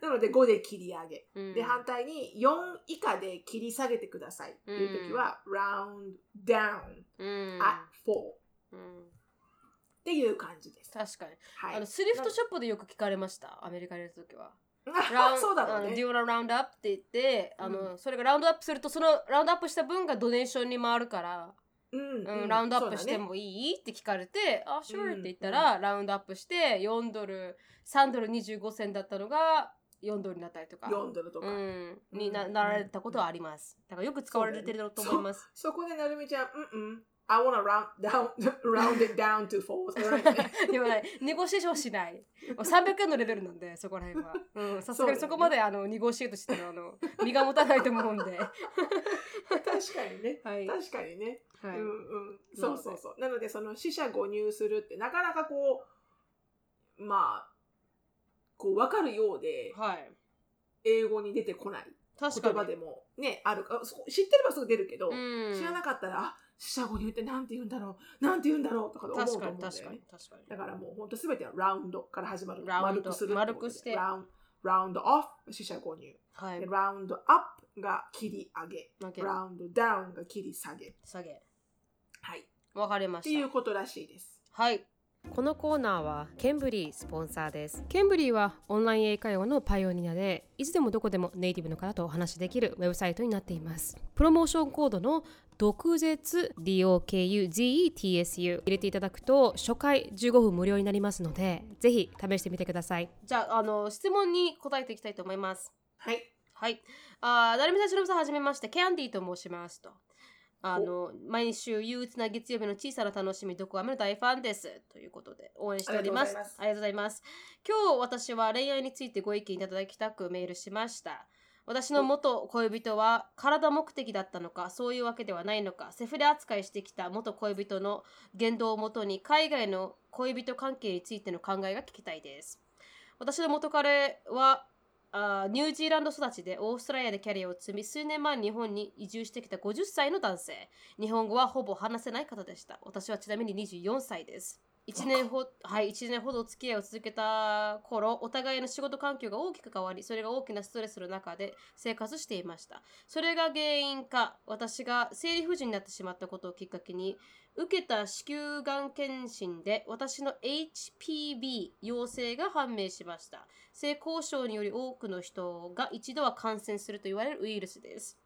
S2: なので5で切り上げ。
S1: うん
S2: で、反対に4以下で切り下げてくださいっていう時は、round down
S1: うん。
S2: at 4っ
S1: うん
S2: ていう感じです。
S1: 確かに。
S2: はい。
S1: あ の、スリフトショップでよく聞かれました。アメリカにいるときは。
S2: あそうだろう
S1: あのデ
S2: ね。
S1: ュオララウンドアップって言って、あ
S2: う
S1: の、それがラウンドアップすると、そのラウンドアップした分がドネーションに回るから、
S2: うん
S1: うん、ラウンドアップ
S2: そ
S1: し
S2: うだ
S1: て
S2: ね
S1: もいいって聞かれて、あ、
S2: うん
S1: sure って言ったら、ラウンドアップして、4ドル、3ドル25銭だったのが、4ドルになったりとか。
S2: 4ドルとか。
S1: うん、
S2: うん
S1: にななられたことはあります。だからよく使われてると思います。
S2: そこでなるみちゃん、うんうん。I wanna round, down, round it down to 4。言わな いでね
S1: でもね、ネゴシエーションしない。もう300円のレベルなんで、そこら辺は。うん、さすがにそこまで、あの、ネゴシエートしてる、あの、身が持たないと思うん で。
S2: 確かにね。
S1: はい。はい。
S2: 確かにね。うんうん、そうそうそう。なので、その死者誤入するって、なかなかこう、まあ、こう、わかるようで、
S1: はい。
S2: 英語に出てこない
S1: 確
S2: 言
S1: か
S2: 葉
S1: に。
S2: でも、ね、あるか、そこ知ってればすぐ出るけど、
S1: うん。
S2: 知らな
S1: か
S2: かったら、あ、死者誤入ってなんて言うんだろう、なんて言うんだろうとか思うと
S1: 確
S2: 思
S1: か
S2: うん
S1: に、
S2: だよ
S1: 確か
S2: ね
S1: に。。確かに。
S2: だからもう、ほんとすべてはラウンドから始まる。
S1: ラウンド
S2: 丸くする。
S1: 丸くして
S2: ラウンラウンドオフ、死者誤入。
S1: はい
S2: で。ラウンドアップが切り上げ。
S1: 負け。
S2: ラウンドダウンが切り下げ。
S1: 下げ。
S2: はい。っ
S1: わかりま
S2: てい
S1: し
S2: うことらしいです。
S1: た。はい。
S3: このコーナーはケンブリースポンサーですケンブリーはオンライン英会話のパイオニアでいつでもどこでもネイティブの方とお話しできるウェブサイトになっていますプロモーションコードの毒舌 DOKUZETSU 入れていただくと初回15分無料になりますのでぜひ試してみてください
S1: じゃあ、あの、質問に答えていきたいと思います。
S2: はい。
S1: はい。あー、なるみさん、しのぶさん、はじめまして、キャンディーと申しますと。あの、毎週憂鬱な月曜日の小さな楽しみ、どこアメの大ファンです。ということで、応援しております。ありがとうございます。今日、私は恋愛についてご意見いただきたくメールしました。私の元恋人は体目的だったのかそういうわけではないのかセフレ扱いしてきた元恋人の言動をもとに海外の恋人関係についての考えが聞きたいです私の元彼はあーニュージーランド育ちでオーストラリアでキャリアを積み数年前に日本に移住してきた50歳の男性日本語はほぼ話せない方でした私はちなみに24歳です1年ほはい、1年ほどお付き合いを続けた頃お互いの仕事環境が大きく変わりそれが大きなストレスの中で生活していましたそれが原因か私が生理不順になってしまったことをきっかけに受けた子宮がん検診で私の HPV 陽性が判明しました性交渉により多くの人が一度は感染すると言われるウイルスです。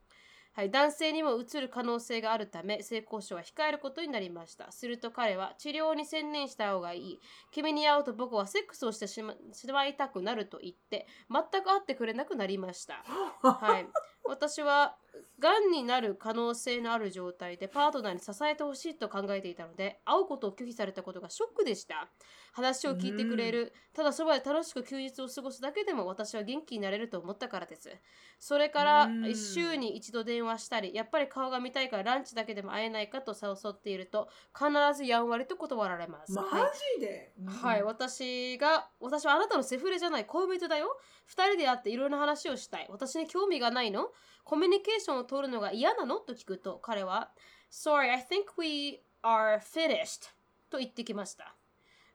S1: はい、男性にもうつる可能性があるため性交渉は控えることになりましたすると彼は治療に専念した方がいい君に会うと僕はセックスをしてしましまいたくなると言って全く会ってくれなくなりました、はい、私はがんになる可能性のある状態でパートナーに支えてほしいと考えていたので会うことを拒否されたことがショックでした話を聞いてくれるただそばで楽しく休日を過ごすだけでも私は元気になれると思ったからですそれから
S2: うん
S1: 週に一度電話したりやっぱり顔が見たいからランチだけでも会えないかと誘っていると必ずやんわりと断られます、
S2: マ
S1: はい
S2: ジで、
S1: はい、私が、私はあなたのセフレじゃない恋人だよ。二人で会っていろいろな話をしたい。私に興味がないのコミュニケーションを取るのが嫌なのと聞くと、彼は、Sorry, I think we are finished. と言ってきました。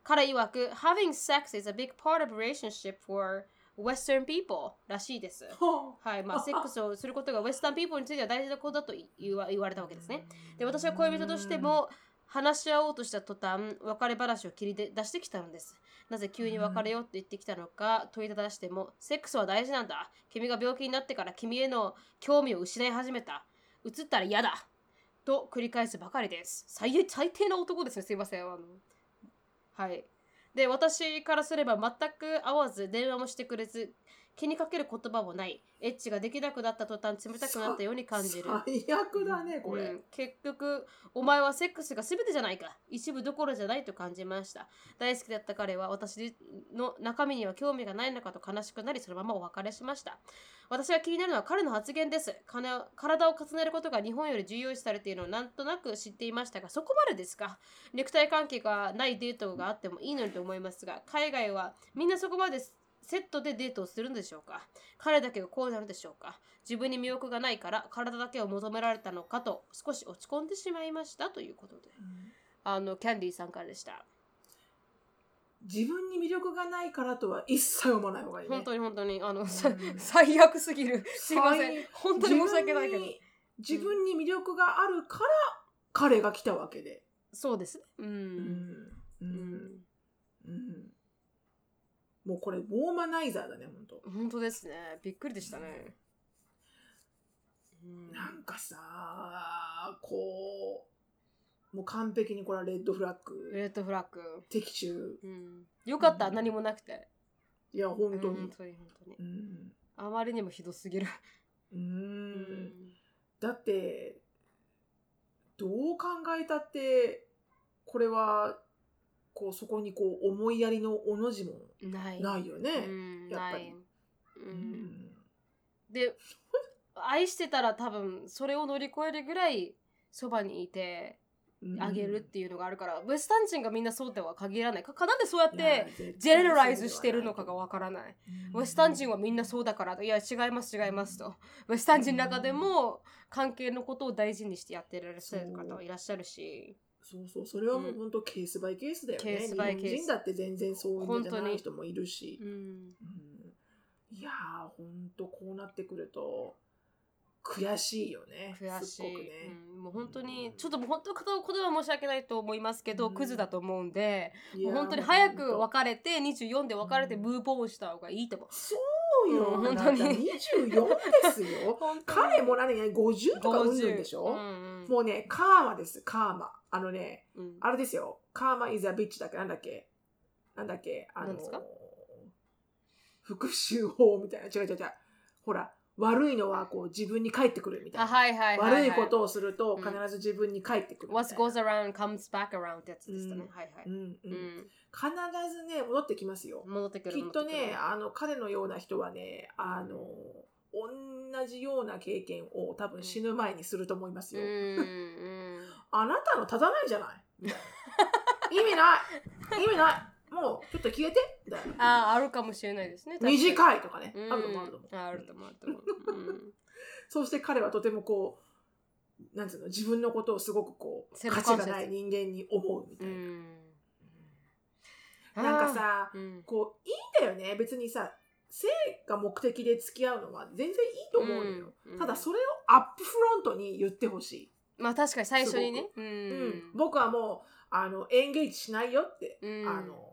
S1: 彼曰く、Having sex is a big part of relationship for Western people らしいです。はい、まあ、セックスをすることがウェスタンピーポーについては大事なことだと言わ言われたわけ ですね。で私は恋人としても話し合おうとした途端別れ話を切り出してきたのですなぜ急に別れようって言ってきたのか問いただしてもセックスは大事なんだ君が病気になってから君への興味を失い始めた移ったら嫌だと繰り返すばかりです最悪最低な男ですねすいませんあのはいで私からすれば全く会わず電話もしてくれず気にかける言葉もないエッチができなくなった途端冷たくなったように感じる
S2: 最悪だねこれ、
S1: うん結局お前はセックスが全てじゃないか一部どころじゃないと感じました大好きだった彼は私の中身には興味がないのかと悲しくなりそのままお別れしました私が気になるのは彼の発言です金を体を重ねることが日本より重要視されているのをなんとなく知っていましたがそこまでですか肉体関係がないデートがあってもいいのにと思いますが海外はみんなそこまでセットでデートをするのでしょうか彼だけがこうなるでしょうか自分に魅力がないから体だけを求められたのかと少し落ち込んでしまいましたということであのキャンディーさんからでした
S2: 自分に魅力がないからとは一切思わない方がいいね
S1: 本当に本当にあの、 さ
S2: うん
S1: 最悪すぎるすいません
S2: 最
S1: 本当に申し訳ないけど
S2: 自分に自分に魅力があるから彼が来たわけで
S1: そうですねう、
S2: うん
S1: う
S2: う
S1: ん
S2: んうんもうこれウォーマナイザーだね本当
S1: 本当ですねびっくりでしたね、うん
S2: なんかさこうもう完璧にこれはレッドフラッグ
S1: レッドフラッグ、
S2: 的中
S1: うん、よかった、
S2: うん
S1: 何もなくて
S2: いや本当
S1: うん
S2: に
S1: 本当に本当に
S2: うん
S1: あまりにもひどすぎる、
S2: う
S1: うん
S2: だってどう考えたってこれはこうそこにこう思いやりの「お」の字も
S1: ない
S2: ないよね。
S1: うん
S2: やっ
S1: な
S2: ぱ
S1: い
S2: り、
S1: う、
S2: うん
S1: で 愛してたら多分それを乗り越えるぐらいそばにいて
S2: うん
S1: あげるっていうのがあるから、ウェスタン人がみんなそうとは限らないかかなんでそうやっ
S2: いや
S1: て
S2: 絶対
S1: ジェネラライズしてるのかがわからない、
S2: うん
S1: ウェスタン人はみんなそうだからいや違います違いますとウェスタン人の中でも関係のことを大事にしてやってらっしゃる方はいらっしゃるし
S2: そうそうそれはもう本当ケースバイケースだよね。
S1: ケースバイケース
S2: 日本人だって全然そういうのじゃ
S1: 本当
S2: な
S1: に
S2: い人もいるし
S1: う、ん
S2: うんいやー本当こうなってくると悔しいよね
S1: 悔し
S2: すっごく
S1: い、
S2: ね、
S1: うん、もう本当にちょっともう本当片言は申し訳ないと思いますけど、
S2: うん
S1: クズだと思うんで、
S2: いや
S1: もう本当に早く
S2: 本当
S1: 別れて24で別れて
S2: うん
S1: ムーブオンした方がいいと思う、
S2: そうよ、
S1: うん
S2: あな
S1: 本
S2: た
S1: 当に
S2: 24で すよ彼も何ね50とかうんぬんでしょ、
S1: うんうん
S2: もうねカーマですカーマあのね
S1: うん
S2: あれですよカーマイザビッチだっけなんだっけなんだっけあの
S1: 何ですか
S2: 復讐法みたいな違う違う違うほら悪いのはこう自分に返ってくるみた
S1: あ
S2: いな
S1: はいはいはい、はい、
S2: 悪いことをすると
S1: うん
S2: 必ず自分に返ってくるみたい
S1: What
S2: な、
S1: goes around comes back around ってやつでしたね、
S2: うん
S1: はいは
S2: う
S1: い、
S2: んう、
S1: うんん
S2: 必ずね戻ってきますよ、
S1: 戻ってくる
S2: きっと
S1: 戻てく
S2: ね
S1: る
S2: あの彼のような人はねあの同じような経験を多分死ぬ前にすると思いますよ、
S1: うんうん
S2: あなたの立たないじゃないみたいな意味ない意味ないもうちょっと消えてみたいな
S1: ああるかもしれないですね確か
S2: 短いとかね、
S1: に
S2: あるともあると思う
S1: うんああると思うあると思ううん
S2: そして彼はとてもこうなんつうの自分のことをすごくこう
S1: セルフコン
S2: 価値
S1: シャス
S2: がない人間に思うみた
S1: う
S2: いな、
S1: ん
S2: なんかさ
S1: あーうん
S2: こういいんだよね別にさ性が目的で付き合うのは全然いいと思うのよ、
S1: うんうん
S2: ただそれをアップフロントに言ってほし
S1: まあ確かに最初にね
S2: す
S1: う
S2: い、うん
S1: ん
S2: 僕はもうあのエンゲージしないよって、
S1: うん
S2: あの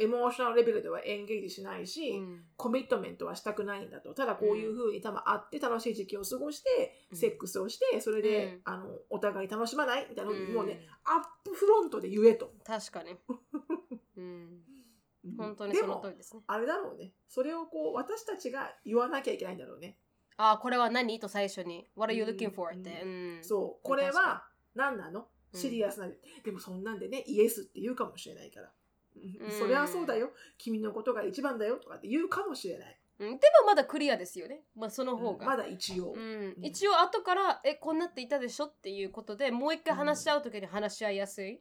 S2: エモーショナルレベルではエンゲージしないし、
S1: うん
S2: コミットメントはしたくないんだとただこういうふうに多分会って楽しい時期を過ごして、
S1: うん
S2: セックスをしてそれで、
S1: うん
S2: あのお互い楽しまないみたいなのを、
S1: うん
S2: もうねアップフロントで言えと、
S1: 確 かにうん
S2: うん
S1: 本当に
S2: で
S1: その
S2: も
S1: 通りですね
S2: あれだろうねそれをこう私たちが言わなきゃいけないんだろうね
S1: ああこれは何と最初に What are you
S2: うん
S1: looking for? って
S2: う
S1: うん
S2: そう、これ
S1: 確か
S2: は何なの
S1: うん
S2: シリアスな、でもそんなんでね、イエスって言うかもしれないから。
S1: ん
S2: そりゃそうだよ、君のことが一番だよとかって言うかもしれない。
S1: うんでもまだクリアですよねまあその方が
S2: まだ一応。
S1: うん、一応後から「えこんなっていたでしょ?」っていうことでもう一回話し合う時に話し合いやすい、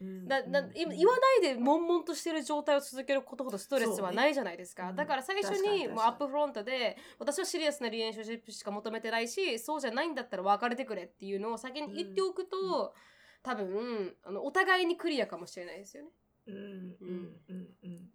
S2: うん
S1: だだ
S2: うん
S1: い言わないで悶々としてる状態を続けることほどストレス
S2: そう
S1: は
S2: ね
S1: ないじゃないですか、
S2: うん
S1: だから最初
S2: 確かに
S1: に
S2: 確
S1: もう
S2: かに
S1: アップフロントで私はシリアスなリエーションシップしか求めてないしそうじゃないんだったら別れてくれっていうのを先に言っておくと、
S2: う
S1: 多分あのお互いにクリアかもしれないですよね。
S2: うんうんうんうん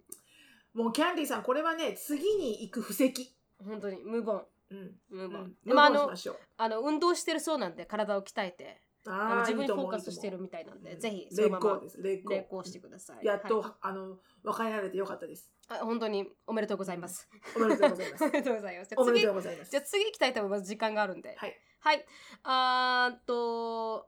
S2: もうキャンディさん、これはね、次に行く布石。
S1: 本当にムーボン
S2: うん。
S1: ム
S2: う
S1: ーボ
S2: ん
S1: ン、まああ
S2: どうし
S1: の
S2: ましょう
S1: あの運動してるそうなんで体を鍛えてあの
S2: ー
S1: 自分
S2: いい
S1: に
S2: と
S1: フォ
S2: 思
S1: ー
S2: う
S1: カスしてる
S2: いい
S1: みたいな
S2: と
S1: ん
S2: 思
S1: で、
S2: う
S1: ぜひ
S2: う
S1: その
S2: レ
S1: ま
S2: ッコ
S1: ま
S2: ーです。レッコー
S1: 励行してください。
S2: やっと、
S1: はい
S2: あの、別れられてよかったです。
S1: あ本当におめでとうござい ます。
S2: おめでとうございま
S1: お
S2: す。
S1: めでとうございます。じゃ
S2: お
S1: あ
S2: め で
S1: 次、
S2: とうございます
S1: じゃ。あ次行きたいと思います。時間があるんで。
S2: はい。
S1: はい。あーっと、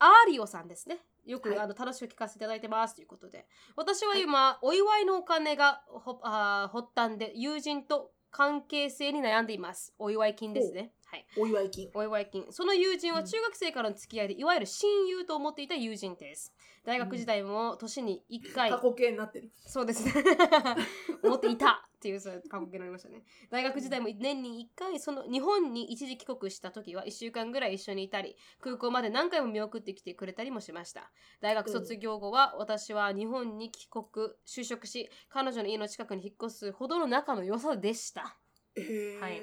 S1: アーリオさんですね。よく、
S2: はい
S1: あの楽しく聞かせていただいてますということで。私は今、お祝いのお金がほあー発端で友人と関係性に悩んでいます。お祝い金ですね。はい。
S2: お祝い金。
S1: お祝い金その友人
S2: う
S1: は
S2: ん
S1: 中学生からの付き合いで、いわゆる親友と思っていた友人です大学時代も年に1回、
S2: 過去形になってる。
S1: そうですね。思っていたっていうそう韓国になりましたね。大学時代も年に1回その日本に一時帰国した時は1週間ぐらい一緒にいたり空港まで何回も見送ってきてくれたりもしました。大学卒業後は私は日本に帰国就職し彼女の家の近くに引っ越すほどの仲の良さでした。
S2: へー
S1: はい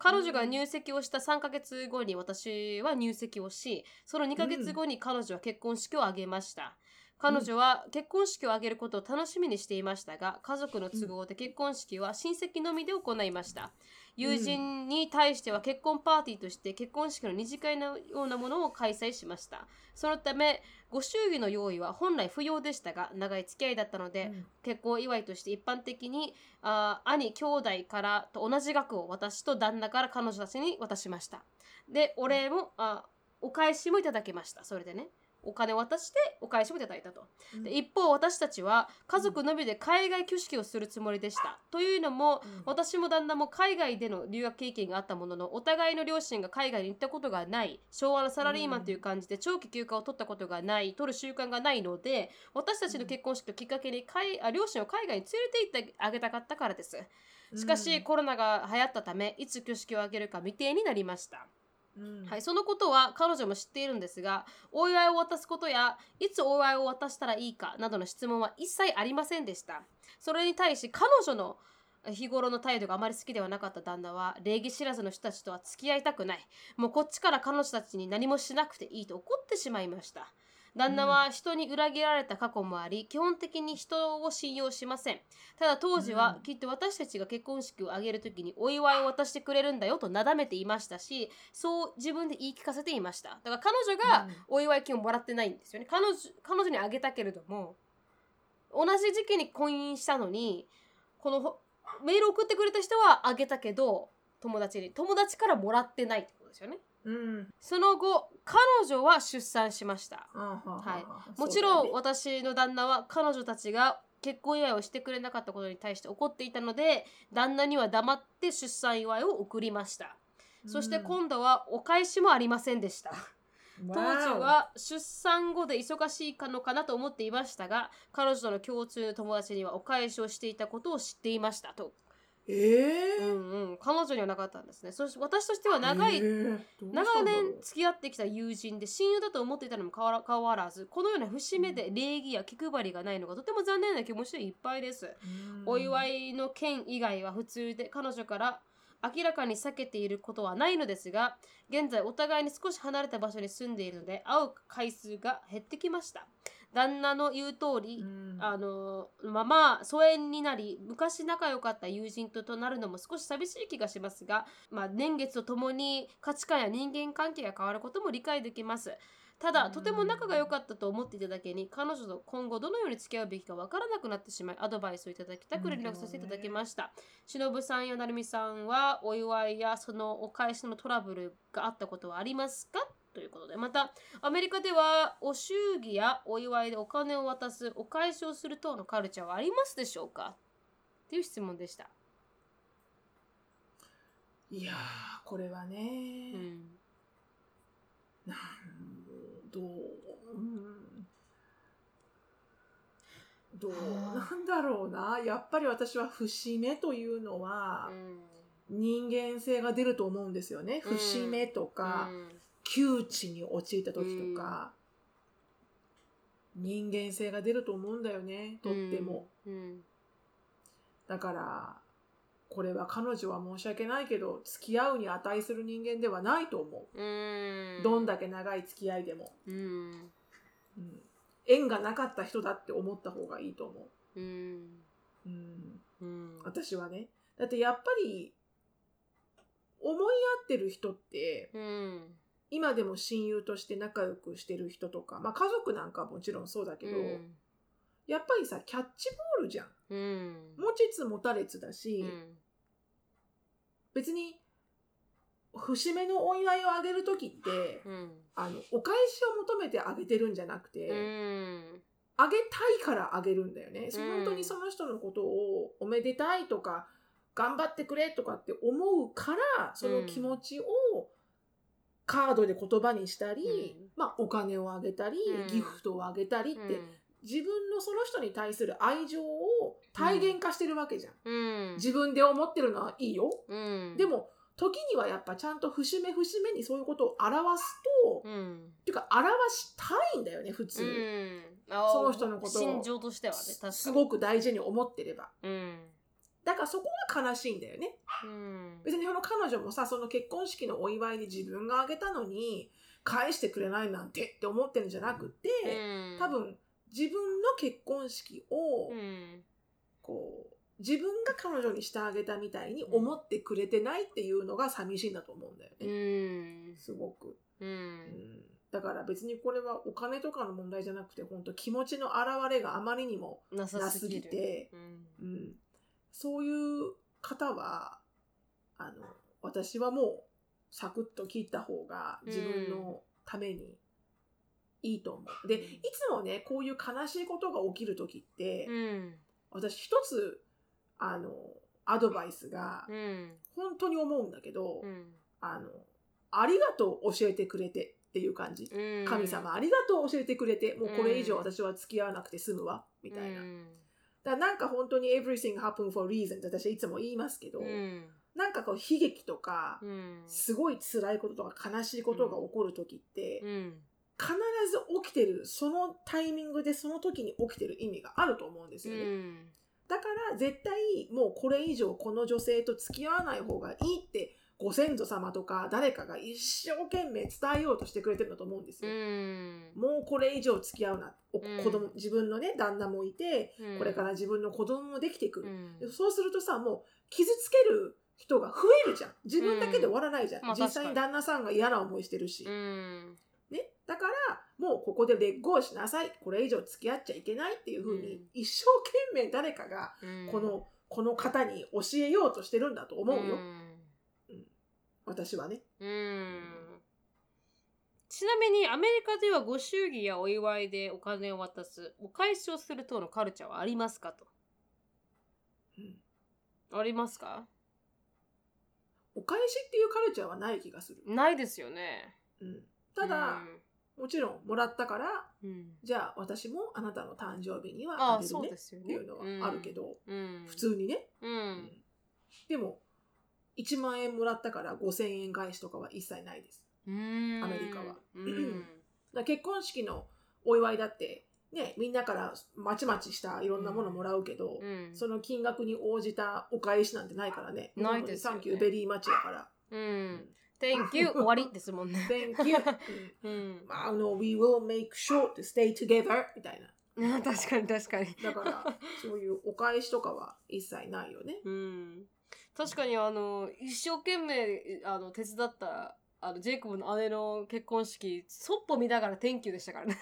S1: 彼女が入籍をした3ヶ月後に私は入籍をしその2ヶ月後に彼女は結婚式を挙げました、彼女は結婚式を挙げることを楽しみにしていましたが家族の都合で結婚式は親戚のみで行いました友人に対しては結婚パーティーとして結婚式の二次会のようなものを開催しましたそのためご祝儀の用意は本来不要でしたが長い付き合いだったので、結婚祝いとして一般的にあー兄兄弟からと同じ額を私と旦那から彼女たちに渡しましたでお礼もあーお返しもいただけましたそれでねお金を渡してお返しもいただいたと
S2: うん
S1: で一方私たちは家族のみで海外挙式をするつもりでしたというのも
S2: うん
S1: 私も旦那も海外での留学経験があったもののお互いの両親が海外に行ったことがない昭和のサラリーマンという感じで長期休暇を取ったことがない取る習慣がないので私たちの結婚式をきっかけに海あ両親を海外に連れて行ってあげたかったからですしかし、コロナが流行ったためいつ挙式を挙げるか未定になりました
S2: うん
S1: はい、そのことは彼女も知っているんですがお祝いを渡すことやいつお祝いを渡したらいいかなどの質問は一切ありませんでしたそれに対し彼女の日頃の態度があまり好きではなかった旦那は礼儀知らずの人たちとは付き合いたくないもうこっちから彼女たちに何もしなくていいと怒ってしまいました旦那は人に裏切られた過去もあり、基本的に人を信用しませんただ当時は
S2: うん
S1: きっと私たちが結婚式を挙げる時にお祝いを渡してくれるんだよとなだめていましたしそう自分で言い聞かせていましただから彼女が
S2: うん
S1: お祝い金をもらってないんですよね彼女彼女にあげたけれども同じ時期に婚姻したのにこのほメールを送ってくれた人はあげたけど友達に友達からもらってないってことですよね
S2: うん
S1: その後彼女は出産しました
S2: はい
S1: もちろん私の旦那は彼女たちが結婚祝いをしてくれなかったことに対して怒っていたので旦那には黙って出産祝いを送りましたそして今度はお返しもありませんでした
S2: 当
S1: 当時は出産後で忙しいかのかなと思っていましたが彼女との共通の友達にはお返しをしていたことを知っていましたと、
S2: え
S1: う
S2: ー
S1: んうん、彼女にはなかったんですねそして私としては長い、
S2: えーどうしたんだ
S1: 長
S2: ろう
S1: 年付き合ってきた友人で親友だと思っていたのも変わら変わらずこのような節目で礼儀や気配りがないのがとても残念な気持ちでいっぱいです、
S2: うん
S1: お祝いの件以外は普通で彼女から明らかに避けていることはないのですが現在お互いに少し離れた場所に住んでいるので会う回数が減ってきました旦那の言う通り、
S2: うん
S1: あのまま疎遠になり昔仲良かった友人ととなるのも少し寂しい気がしますが、まあ、年月とともに価値観や人間関係が変わることも理解できますただ
S2: うん
S1: とても仲が良かったと思っていただけに彼女と今後どのように付き合うべきか分からなくなってしまいアドバイスをいただきたく連絡させていただきましたしのぶさんやなるみさんはお祝いやそのお返しのトラブルがあったことはありますかということでまたアメリカではお祝儀やお祝いでお金を渡すお返しをする等のカルチャーはありますでしょうかっていう質問でした、
S2: いやーこれはね、
S1: うん
S2: なんどう、うんどう
S1: はあ
S2: なんだろうなやっぱり私は節目というのは
S1: うん
S2: 人間性が出ると思うんですよね、
S1: うん
S2: 節目とか、窮地に陥った時とか、人間性が出ると思うんだよねとっても、
S1: うん
S2: だからこれは彼女は申し訳ないけど付き合うに値する人間ではないと思
S1: う
S2: う、
S1: ん
S2: どんだけ長い付き合いでも
S1: うん
S2: うん縁がなかった人だって思った方がいいと思
S1: うん
S2: う。うん、
S1: うん
S2: 私はね。だってやっぱり、思い合ってる人って、
S1: うん
S2: 今でも親友として仲良くしてる人とか、まあ家族なんかはもちろんそうだけど、やっぱりさ、キャッチボールじゃん。
S1: うん
S2: 持ちつ持たれつだし、
S1: うん
S2: 別に、節目のお祝いをあげるときって、
S1: うん
S2: あの、お返しを求めてあげてるんじゃなくて、
S1: うん
S2: あげたいからあげるんだよね。そう
S1: うん
S2: 本当にその人のことをおめでたいとか、頑張ってくれとかって思うから、その気持ちをカードで言葉にしたり、
S1: うん
S2: まあお金をあげたり、
S1: うん
S2: ギフトをあげたりって、自分のその人に対する愛情を体現化してるわけじゃん。
S1: うん
S2: 自分で思ってるのはいいよ。
S1: うん
S2: でも、時にはやっぱちゃんと節目節目にそういうことを表すと、
S1: う
S2: っ
S1: ん
S2: ていうか表したいんだよね、普通。
S1: うん
S2: その人のことを
S1: 心情としてはね確かに
S2: すごく大事に思ってれば。
S1: うん
S2: だからそこが悲しいんだよね。
S1: うん
S2: 別にその彼女もさ、その結婚式のお祝いに自分があげたのに、返してくれないなんてって思ってるんじゃなくて、
S1: うん
S2: 多分自分の結婚式を、
S1: うん
S2: こう、自分が彼女にしてあげたみたいに思ってくれてないっていうのが寂しいんだと思うんだよ
S1: う
S2: ね。
S1: ん
S2: すごく。
S1: う
S2: うんんだから別にこれはお金とかの問題じゃなくて、本当気持ちの表れがあまりにも
S1: な
S2: な
S1: さ
S2: す
S1: す
S2: ぎ
S1: ぎ
S2: て、
S1: るうん
S2: うん、そういう方はあの私はもうサクッと切った方が自分のためにいいと思う。でいつもねこういう悲しいことが起きる時って、
S1: うん
S2: 私一つあのアドバイスが
S1: うん
S2: 本当に思うんだけど、
S1: うん
S2: あのありがとう教えてくれてっていう感じ。
S1: うん
S2: 神様ありがとう教えてくれてもうこれ以上
S1: うん
S2: 私は付き合わなくて済むわみ
S1: み
S2: たいな
S1: う。ん
S2: だからなんか本当に everything happen for a reason って私はいつも言いますけど、
S1: うん
S2: なんかこう悲劇とか、
S1: うん
S2: すごい辛いこととか悲しいことが起こる時って、
S1: うん
S2: 必ず起きてる、そのタイミングでその時に起きてる意味があると思うんです
S1: う
S2: よね。
S1: ん
S2: だから絶対もうこれ以上この女性と付き合わない方がいいってご先祖様とか誰かが一生懸命伝えようとしてくれてるんだと思うんですよ。
S1: ん
S2: もうこれ以上付き合うな。お
S1: うん
S2: 子供、自分のね、旦那もいて、これから自分の子供もできて
S1: う
S2: くる。
S1: ん
S2: でそうするとさ、もう傷つける人が増えるじゃん。自分だけで終わらないじゃん。
S1: うんまあ
S2: 実際に
S1: 確か
S2: 旦那さんが嫌な思いしてるし。
S1: うん
S2: ね。だから、もうここでレッグをしなさい。これ以上付き合っちゃいけないっていうふうに、
S1: うん
S2: 一生懸命誰かが、
S1: うん
S2: この、この方に教えようとしてるんだと思うよ。
S1: ん
S2: 私はね。
S1: うんちなみにアメリカではご祝儀やお祝いでお金を渡すお返しをする等のカルチャーはありますかと
S2: うん
S1: ありますか
S2: お返しっていうカルチャーはない気がする。
S1: ないですよね
S2: うん、ただ、もちろんもらったから、
S1: うん、うん
S2: じゃあ私もあなたの誕生日には
S1: あ
S2: あ
S1: あ
S2: げる
S1: そう
S2: ね
S1: で
S2: っ
S1: すよ
S2: て
S1: ね
S2: いうのはあるけ、ど、
S1: うん、
S2: 普通にね。
S1: うん、
S2: うんでも、1万円もらったから5000円返しとかは一切ないです。
S1: うん、
S2: アメリカは
S1: うん
S2: だから結婚式のお祝いだって、ね、みんなからまちまちしたいろんなものもらうけど、
S1: うん
S2: その金額に応じたお返しなんてないからね。
S1: ないですよ
S2: サ
S1: ね
S2: ンキューベリーマッチだから。
S1: うん、Thank you 終わりですもんね
S2: Thank you. うん
S1: うん
S2: まあ、あの、we will make sure to stay together みたい な。
S1: 確かに確かに
S2: だから、そういうお返しとかは一切ないよね。
S1: うん、確かにあの一生懸命あの手伝ったあのジェイコブの姉の結婚式そっぽ見ながら「天気でしたからね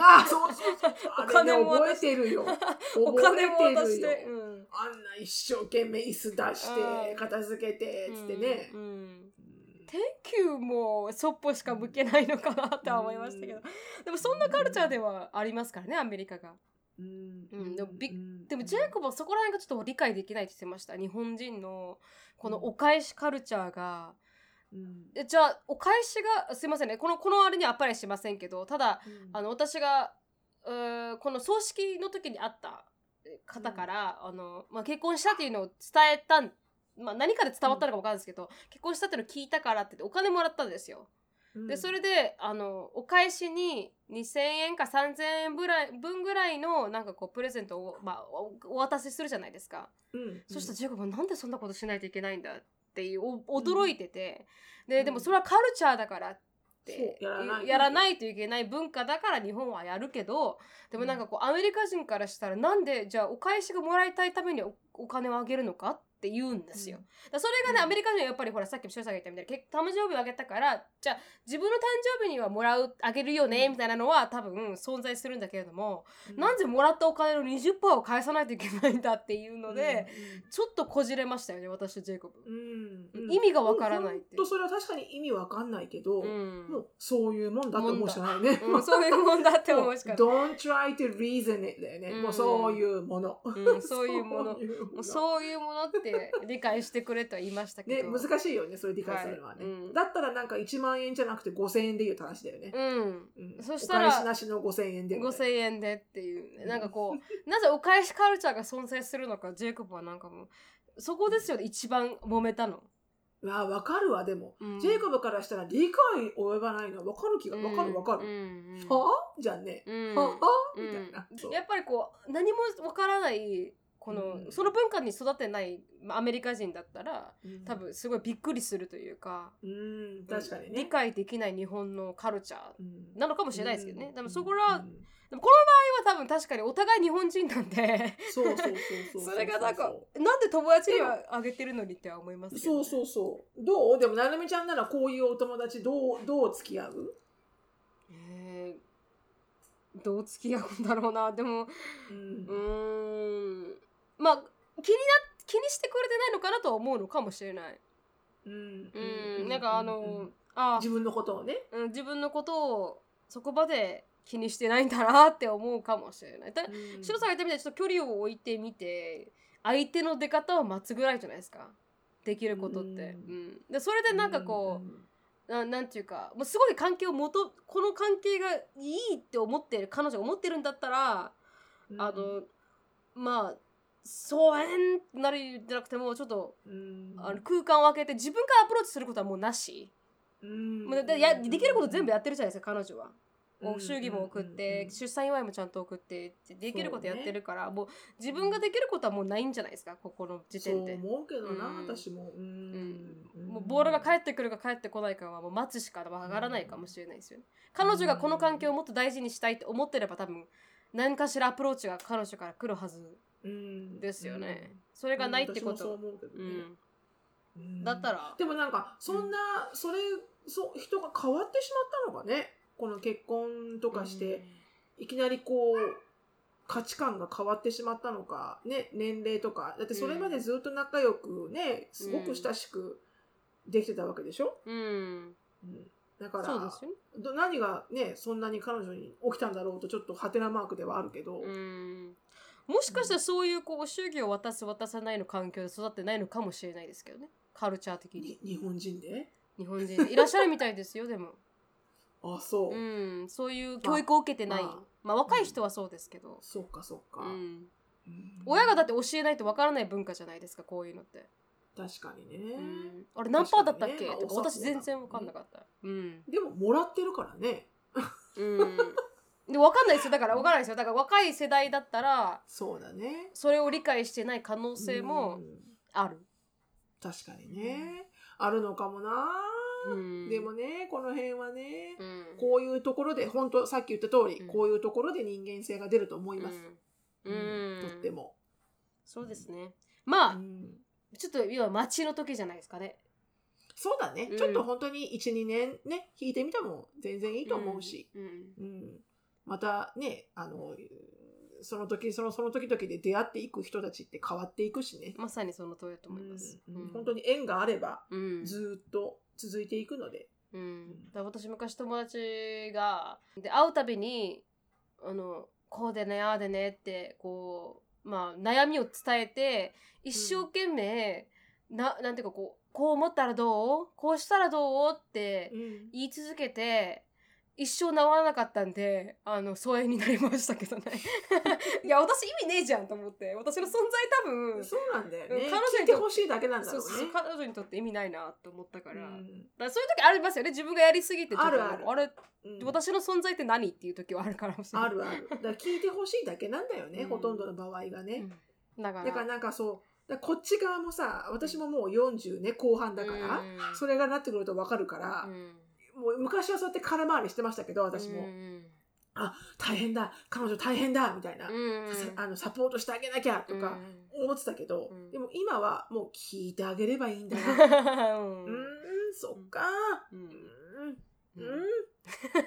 S2: ああ、そうそうそう。あ
S1: お金
S2: れね、
S1: も渡
S2: 覚え
S1: して
S2: るよ。
S1: お金も渡
S2: 覚え
S1: して
S2: る
S1: て
S2: よ。あんな一生懸命椅子出して
S1: う、ん
S2: 片付けて
S1: う、ん
S2: つってね
S1: う。ん「天気もそっぽしか向けないのかなって思いましたけどでもそんなカルチャーではありますからねアメリカが
S2: うん
S1: うんでもびっ
S2: うん
S1: でもジェイコブはそこら辺がちょっと理解できないって言ってました日本人のこのお返しカルチャーが
S2: うん
S1: えじゃあお返しがすいませんねこのこのあれにはアッパレしませんけどただあの私がうーこの葬式の時に会ったえ方から、あのまあ、結婚したっていうのを伝えたん、まあ、何かで伝わったのか分かんないですけど、結婚したっていうのを聞いたからって言ってお金もらったんですよ。
S2: うん
S1: でそれであのお返しに2,000円か3,000円ぐらい分ぐらいのなんかこうプレゼントを、まあ、おお渡しするじゃないですか。
S2: うん
S1: そしたら
S2: うん
S1: ジェイコブはなんでそんなことしないといけないんだっていうお驚いてて、ででもそれはカルチャーだからって
S2: そうやらない
S1: やらないといけない文化だから日本はやるけどでもなんかこうアメリカ人からしたらなんでじゃあお返しがもらいたいためにおお金をあげるのかって言うんですよ。
S2: うん
S1: だからそれがね、
S2: うん
S1: アメリカ人はやっぱりほらさっきも翔さんが言ったみたいに結誕生日をあげたからじゃあ自分の誕生日にはもらうあげるよねみたいなのは多分存在するんだけれども、なんでもらったお金の20%を返さないといけないんだっていうので。、ちょっとこじれましたよね私とジェイコブ
S2: う、んうん
S1: 意味がわからないっていう
S2: ほ
S1: ん
S2: とそれは確かに意味わかんないけど、
S1: うん
S2: もうそういうもんだと思うしかないね。
S1: うん、そういうもんだって思うしかない
S2: Don't try to reason it だよね。
S1: うん
S2: もうそういうもの。
S1: うんそういうもの
S2: そういう
S1: も
S2: も
S1: う
S2: の
S1: そういうものって理解してくれとは言いましたけ
S2: ね、
S1: ど、
S2: 難しいよね、それ理解するのはね。
S1: はいうん
S2: だったらなんか1万円じゃなくて5000円で言う話だよね。
S1: うん
S2: うん
S1: そしたら
S2: お返しなしの5000円で、ね。
S1: 5,000円でっていうなんかこう なぜお返しカルチャーが存在するのかジェイコブはなんかもうそこですよね一番揉めたの。
S2: わあ、わかるわ、でも、
S1: うん
S2: ジェイコブからしたら理解及ばないのはわかる気が、わかるわか
S1: う
S2: る。
S1: んうん
S2: はあじゃあね。
S1: うん
S2: はあ
S1: うん
S2: みたいな。そう
S1: やっぱりこう何もわからないこの、
S2: うん
S1: その文化に育てないまあアメリカ人だったら
S2: うん
S1: 多分すごいびっくりするというか、
S2: うん、確かにね。
S1: 理解できない日本のカルチャー
S2: うん
S1: なのかもしれないですけどね、
S2: うん
S1: でもそこら、
S2: う
S1: で
S2: ん
S1: もこの場合は多分確かにお互い日本人なんで
S2: そうそうそうそう
S1: それがなんかなんで友達にはあげてるのにっては思いますけど
S2: そ
S1: ね、
S2: うそうそうどうでもなるみちゃんならこういうお友達どうどう付き合う、
S1: えーどう付き合うんだろうなでも
S2: うん
S1: うーんまあ気にな気にしてくれてないのかなとは思うのかもしれない
S2: うん
S1: うんなんかあの、
S2: うん
S1: あ
S2: 自分のことをね
S1: うん自分のことをそこまで気にしてないんだなって思うかもしれないだ白さんが言ったみたいにちょっと距離を置いてみて相手の出方を待つぐらいじゃないですかできることって、う
S2: う
S1: んでそれでなんかこ
S2: うん
S1: う、ななんていうかもうすごい関係をもとこの関係がいいって思ってる彼女が思ってるんだったら、
S2: うん
S1: あのまあ疎遠ってなるんじゃなくてもちょっと
S2: うん
S1: あの空間を空けて自分からアプローチすることはもうなし、
S2: うん
S1: もうだだやできること全部
S2: や
S1: やってるじゃないですか彼女は。お祝儀も送っ
S2: うんうんうん
S1: て
S2: うん
S1: 出産祝いもちゃんと送ってってできることやってるからもう自分ができることはもうないんじゃないですかここの時点
S2: そう
S1: で。
S2: 思うけどな、
S1: うん
S2: 私もうん、
S1: もうボールが返ってくるか返ってこないかはもう待つしかわからないかもしれないですよね。彼女がこの関係をもっと大事にしたいって思ってれば多分何かしらアプローチが彼女から来るはず
S2: うん
S1: ですよね。
S2: うん
S1: それがないってこ
S2: 私もそう
S1: と。
S2: 思うけど
S1: う
S2: ね
S1: ん、
S2: うん
S1: だったら
S2: でもなんかそんな、それそう人が変わってしまったのかねこの結婚とかして、いきなりこう価値観が変わってしまったのか、ね、年齢とかだってそれまでずっと仲良くねすごく親しくできてたわけでしょ、
S1: うん、うん、
S2: うん、だから
S1: そうですよね。
S2: ど何がねそんなに彼女に起きたんだろうとちょっとハテナマークではあるけど、
S1: うんもしかしたらそういうこう祝儀を渡す渡さないの環境で育ってないのかもしれないですけどねカルチャー的に
S2: に日本人で
S1: 日本人でいらっしゃるみたいですよでも、
S2: あそ う、
S1: うん、そういう教育を受けてない
S2: まあ
S1: まあ若い人はそうですけど、
S2: そうかそうか、
S1: うん、
S2: うん
S1: 親がだって教えないとわからない文化じゃないですかこういうのって、
S2: 確かにね、
S1: うん、あれ何パーだったっけ、
S2: 確かに
S1: と
S2: ね
S1: か
S2: まあお
S1: 私
S2: 札だ
S1: 全然わかんなかったうん、
S2: でももらってるからね
S1: うん、でわかんないですよだからわからないですよだから若い世代だったら
S2: そうだね
S1: それを理解してない可能性
S2: う
S1: も
S2: ん
S1: ある、
S2: 確かにねあるのかもな、
S1: うん、
S2: でもねこの辺はね、
S1: うん、
S2: こういうところで本当さっき言った通り、
S1: うん
S2: こういうところで人間性が出ると思います、
S1: うん、
S2: うんとって
S1: も
S2: も、
S1: そうですねまあ、
S2: うん
S1: ちょっと要は待ちの時じゃないですかね
S2: そうだね、
S1: うん
S2: ちょっと本当に12年ね弾いてみても全然い
S1: い
S2: いと思うし、
S1: うん
S2: うん、またねあのその時そのその時々で出会っていく人たちって変わっていくしね、
S1: まさにその通りだと思います、
S2: うん
S1: うん
S2: 本当に縁があれば
S1: うん
S2: ずーっと続いていくので、
S1: うん、だから私昔友達がで会うたびにあのこうでねああでねってこう、まあ、悩みを伝えて一生懸命、ななんていうかこうこう思ったらどうこうしたらどうって言い続けて一生治らなかったんであの疎遠になりましたけ どねいや私意味ねえじゃんと思って私の存在多分そ
S2: そうなんだよね、
S1: うん彼女にと
S2: 聞いてほしいだけなん
S1: う
S2: だろうね
S1: そうそう彼女にとって意味ないなと思ったから,、だ
S2: うん
S1: からそういう時ありますよね自分がやりすぎてちょっと
S2: あるある
S1: あれ
S2: うん
S1: 私の存在って何っていう時はあるからもしれない
S2: あるあるだから聞いてほしいだけなんだよね、
S1: うん
S2: ほとんどの場合がね、
S1: うんだから
S2: だからなんかそうだからこっち側もさ私ももう40ね後半だから、
S1: うん
S2: それがなってくると分かるから、もう昔はそうやって空回りしてましたけど私も、
S1: うん
S2: 大変だ彼女大変だみたいな、
S1: うん
S2: さあのサポートしてあげなきゃとか思ってたけど、
S1: うん
S2: でも今はもう聞いてあげればいいんだ な
S1: うん
S2: うーんそっか
S1: うん
S2: う
S1: うん
S2: ーん
S1: うん
S2: う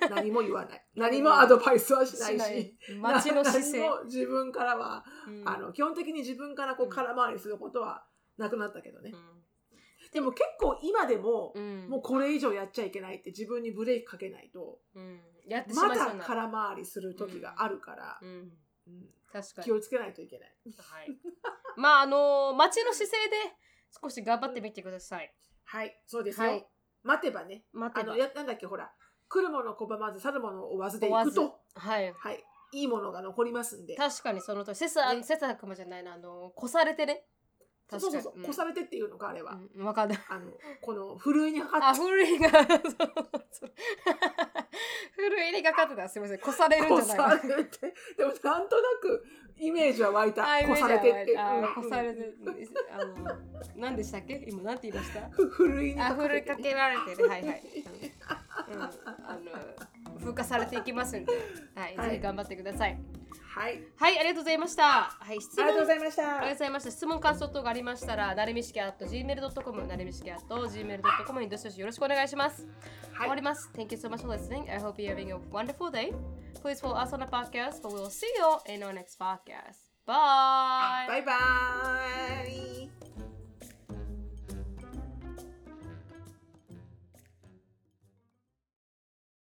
S2: ーん何も言わ ない何もアドバイスはしない
S1: し
S2: し
S1: ない街の姿勢
S2: 何も 自分からは、
S1: うん
S2: あの基本的に自分からこう
S1: うん
S2: 空回りすることはなくなったけどね、
S1: うん
S2: でも結構今でも、
S1: うん
S2: もうこれ以上やっちゃいけないって自分にブレーキかけないと
S1: うんやってしま
S2: ま
S1: いそ
S2: だ
S1: うな
S2: 空回りする時があるから、
S1: うん
S2: うん
S1: 確かに
S2: 気をつけないといけない。
S1: はいまああの街の姿勢で少し頑張ってみてください
S2: はい、そうですよ。
S1: はい
S2: 待てばね。
S1: 待
S2: あ
S1: てば
S2: の、やなんだっけ、ほら、来るもの拒まず、去るものを追わずで
S1: 追
S2: 行
S1: わ
S2: く
S1: ず
S2: と、
S1: はい
S2: はい、いいものが残りますんで。
S1: 確かにそのと切磋
S2: ね
S1: 切磋琢磨じゃないなあの越されてね
S2: そう
S1: 確か
S2: そう
S1: に
S2: そう、
S1: うん
S2: 越されてっていうのか、あれは。
S1: うんわかんない
S2: あの、この、ふるいにかか
S1: あ、
S2: っ
S1: 古いが、そうそう古いにかかってた。すみません。越され
S2: て、
S1: るんじゃな
S2: 越
S1: い
S2: されて。でも、なんとなく、イメージは湧いた。
S1: あイメージ
S2: 越さ
S1: は
S2: れてって。
S1: あ越されて
S2: うん、
S1: あの、何でしたっけ今、なんて言いました
S2: ふふるいに
S1: あ、
S2: かか
S1: ふ
S2: っ
S1: る
S2: て
S1: いか
S2: て。
S1: けられてる。はいはい。うん、うんあの、風化されていきますんで、はい、
S2: はい
S1: ぜひ頑張ってください。
S2: はい。あり
S1: はい、ありがとうございました。はい、質
S2: がとうご
S1: 問
S2: ざいまし
S1: ありがとう
S2: た
S1: ご。ざいました。質問、感想等がありましたら、なるみしき at gmail.com、なるみしき at gmail.com にどしどしよろしくお願いします。
S2: はい
S1: 終わります。Thank you so much for listening. I hope you're having a wonderful day. Please follow us on the podcast, but we'll see you in our next podcast. Bye.
S2: バイバーイ。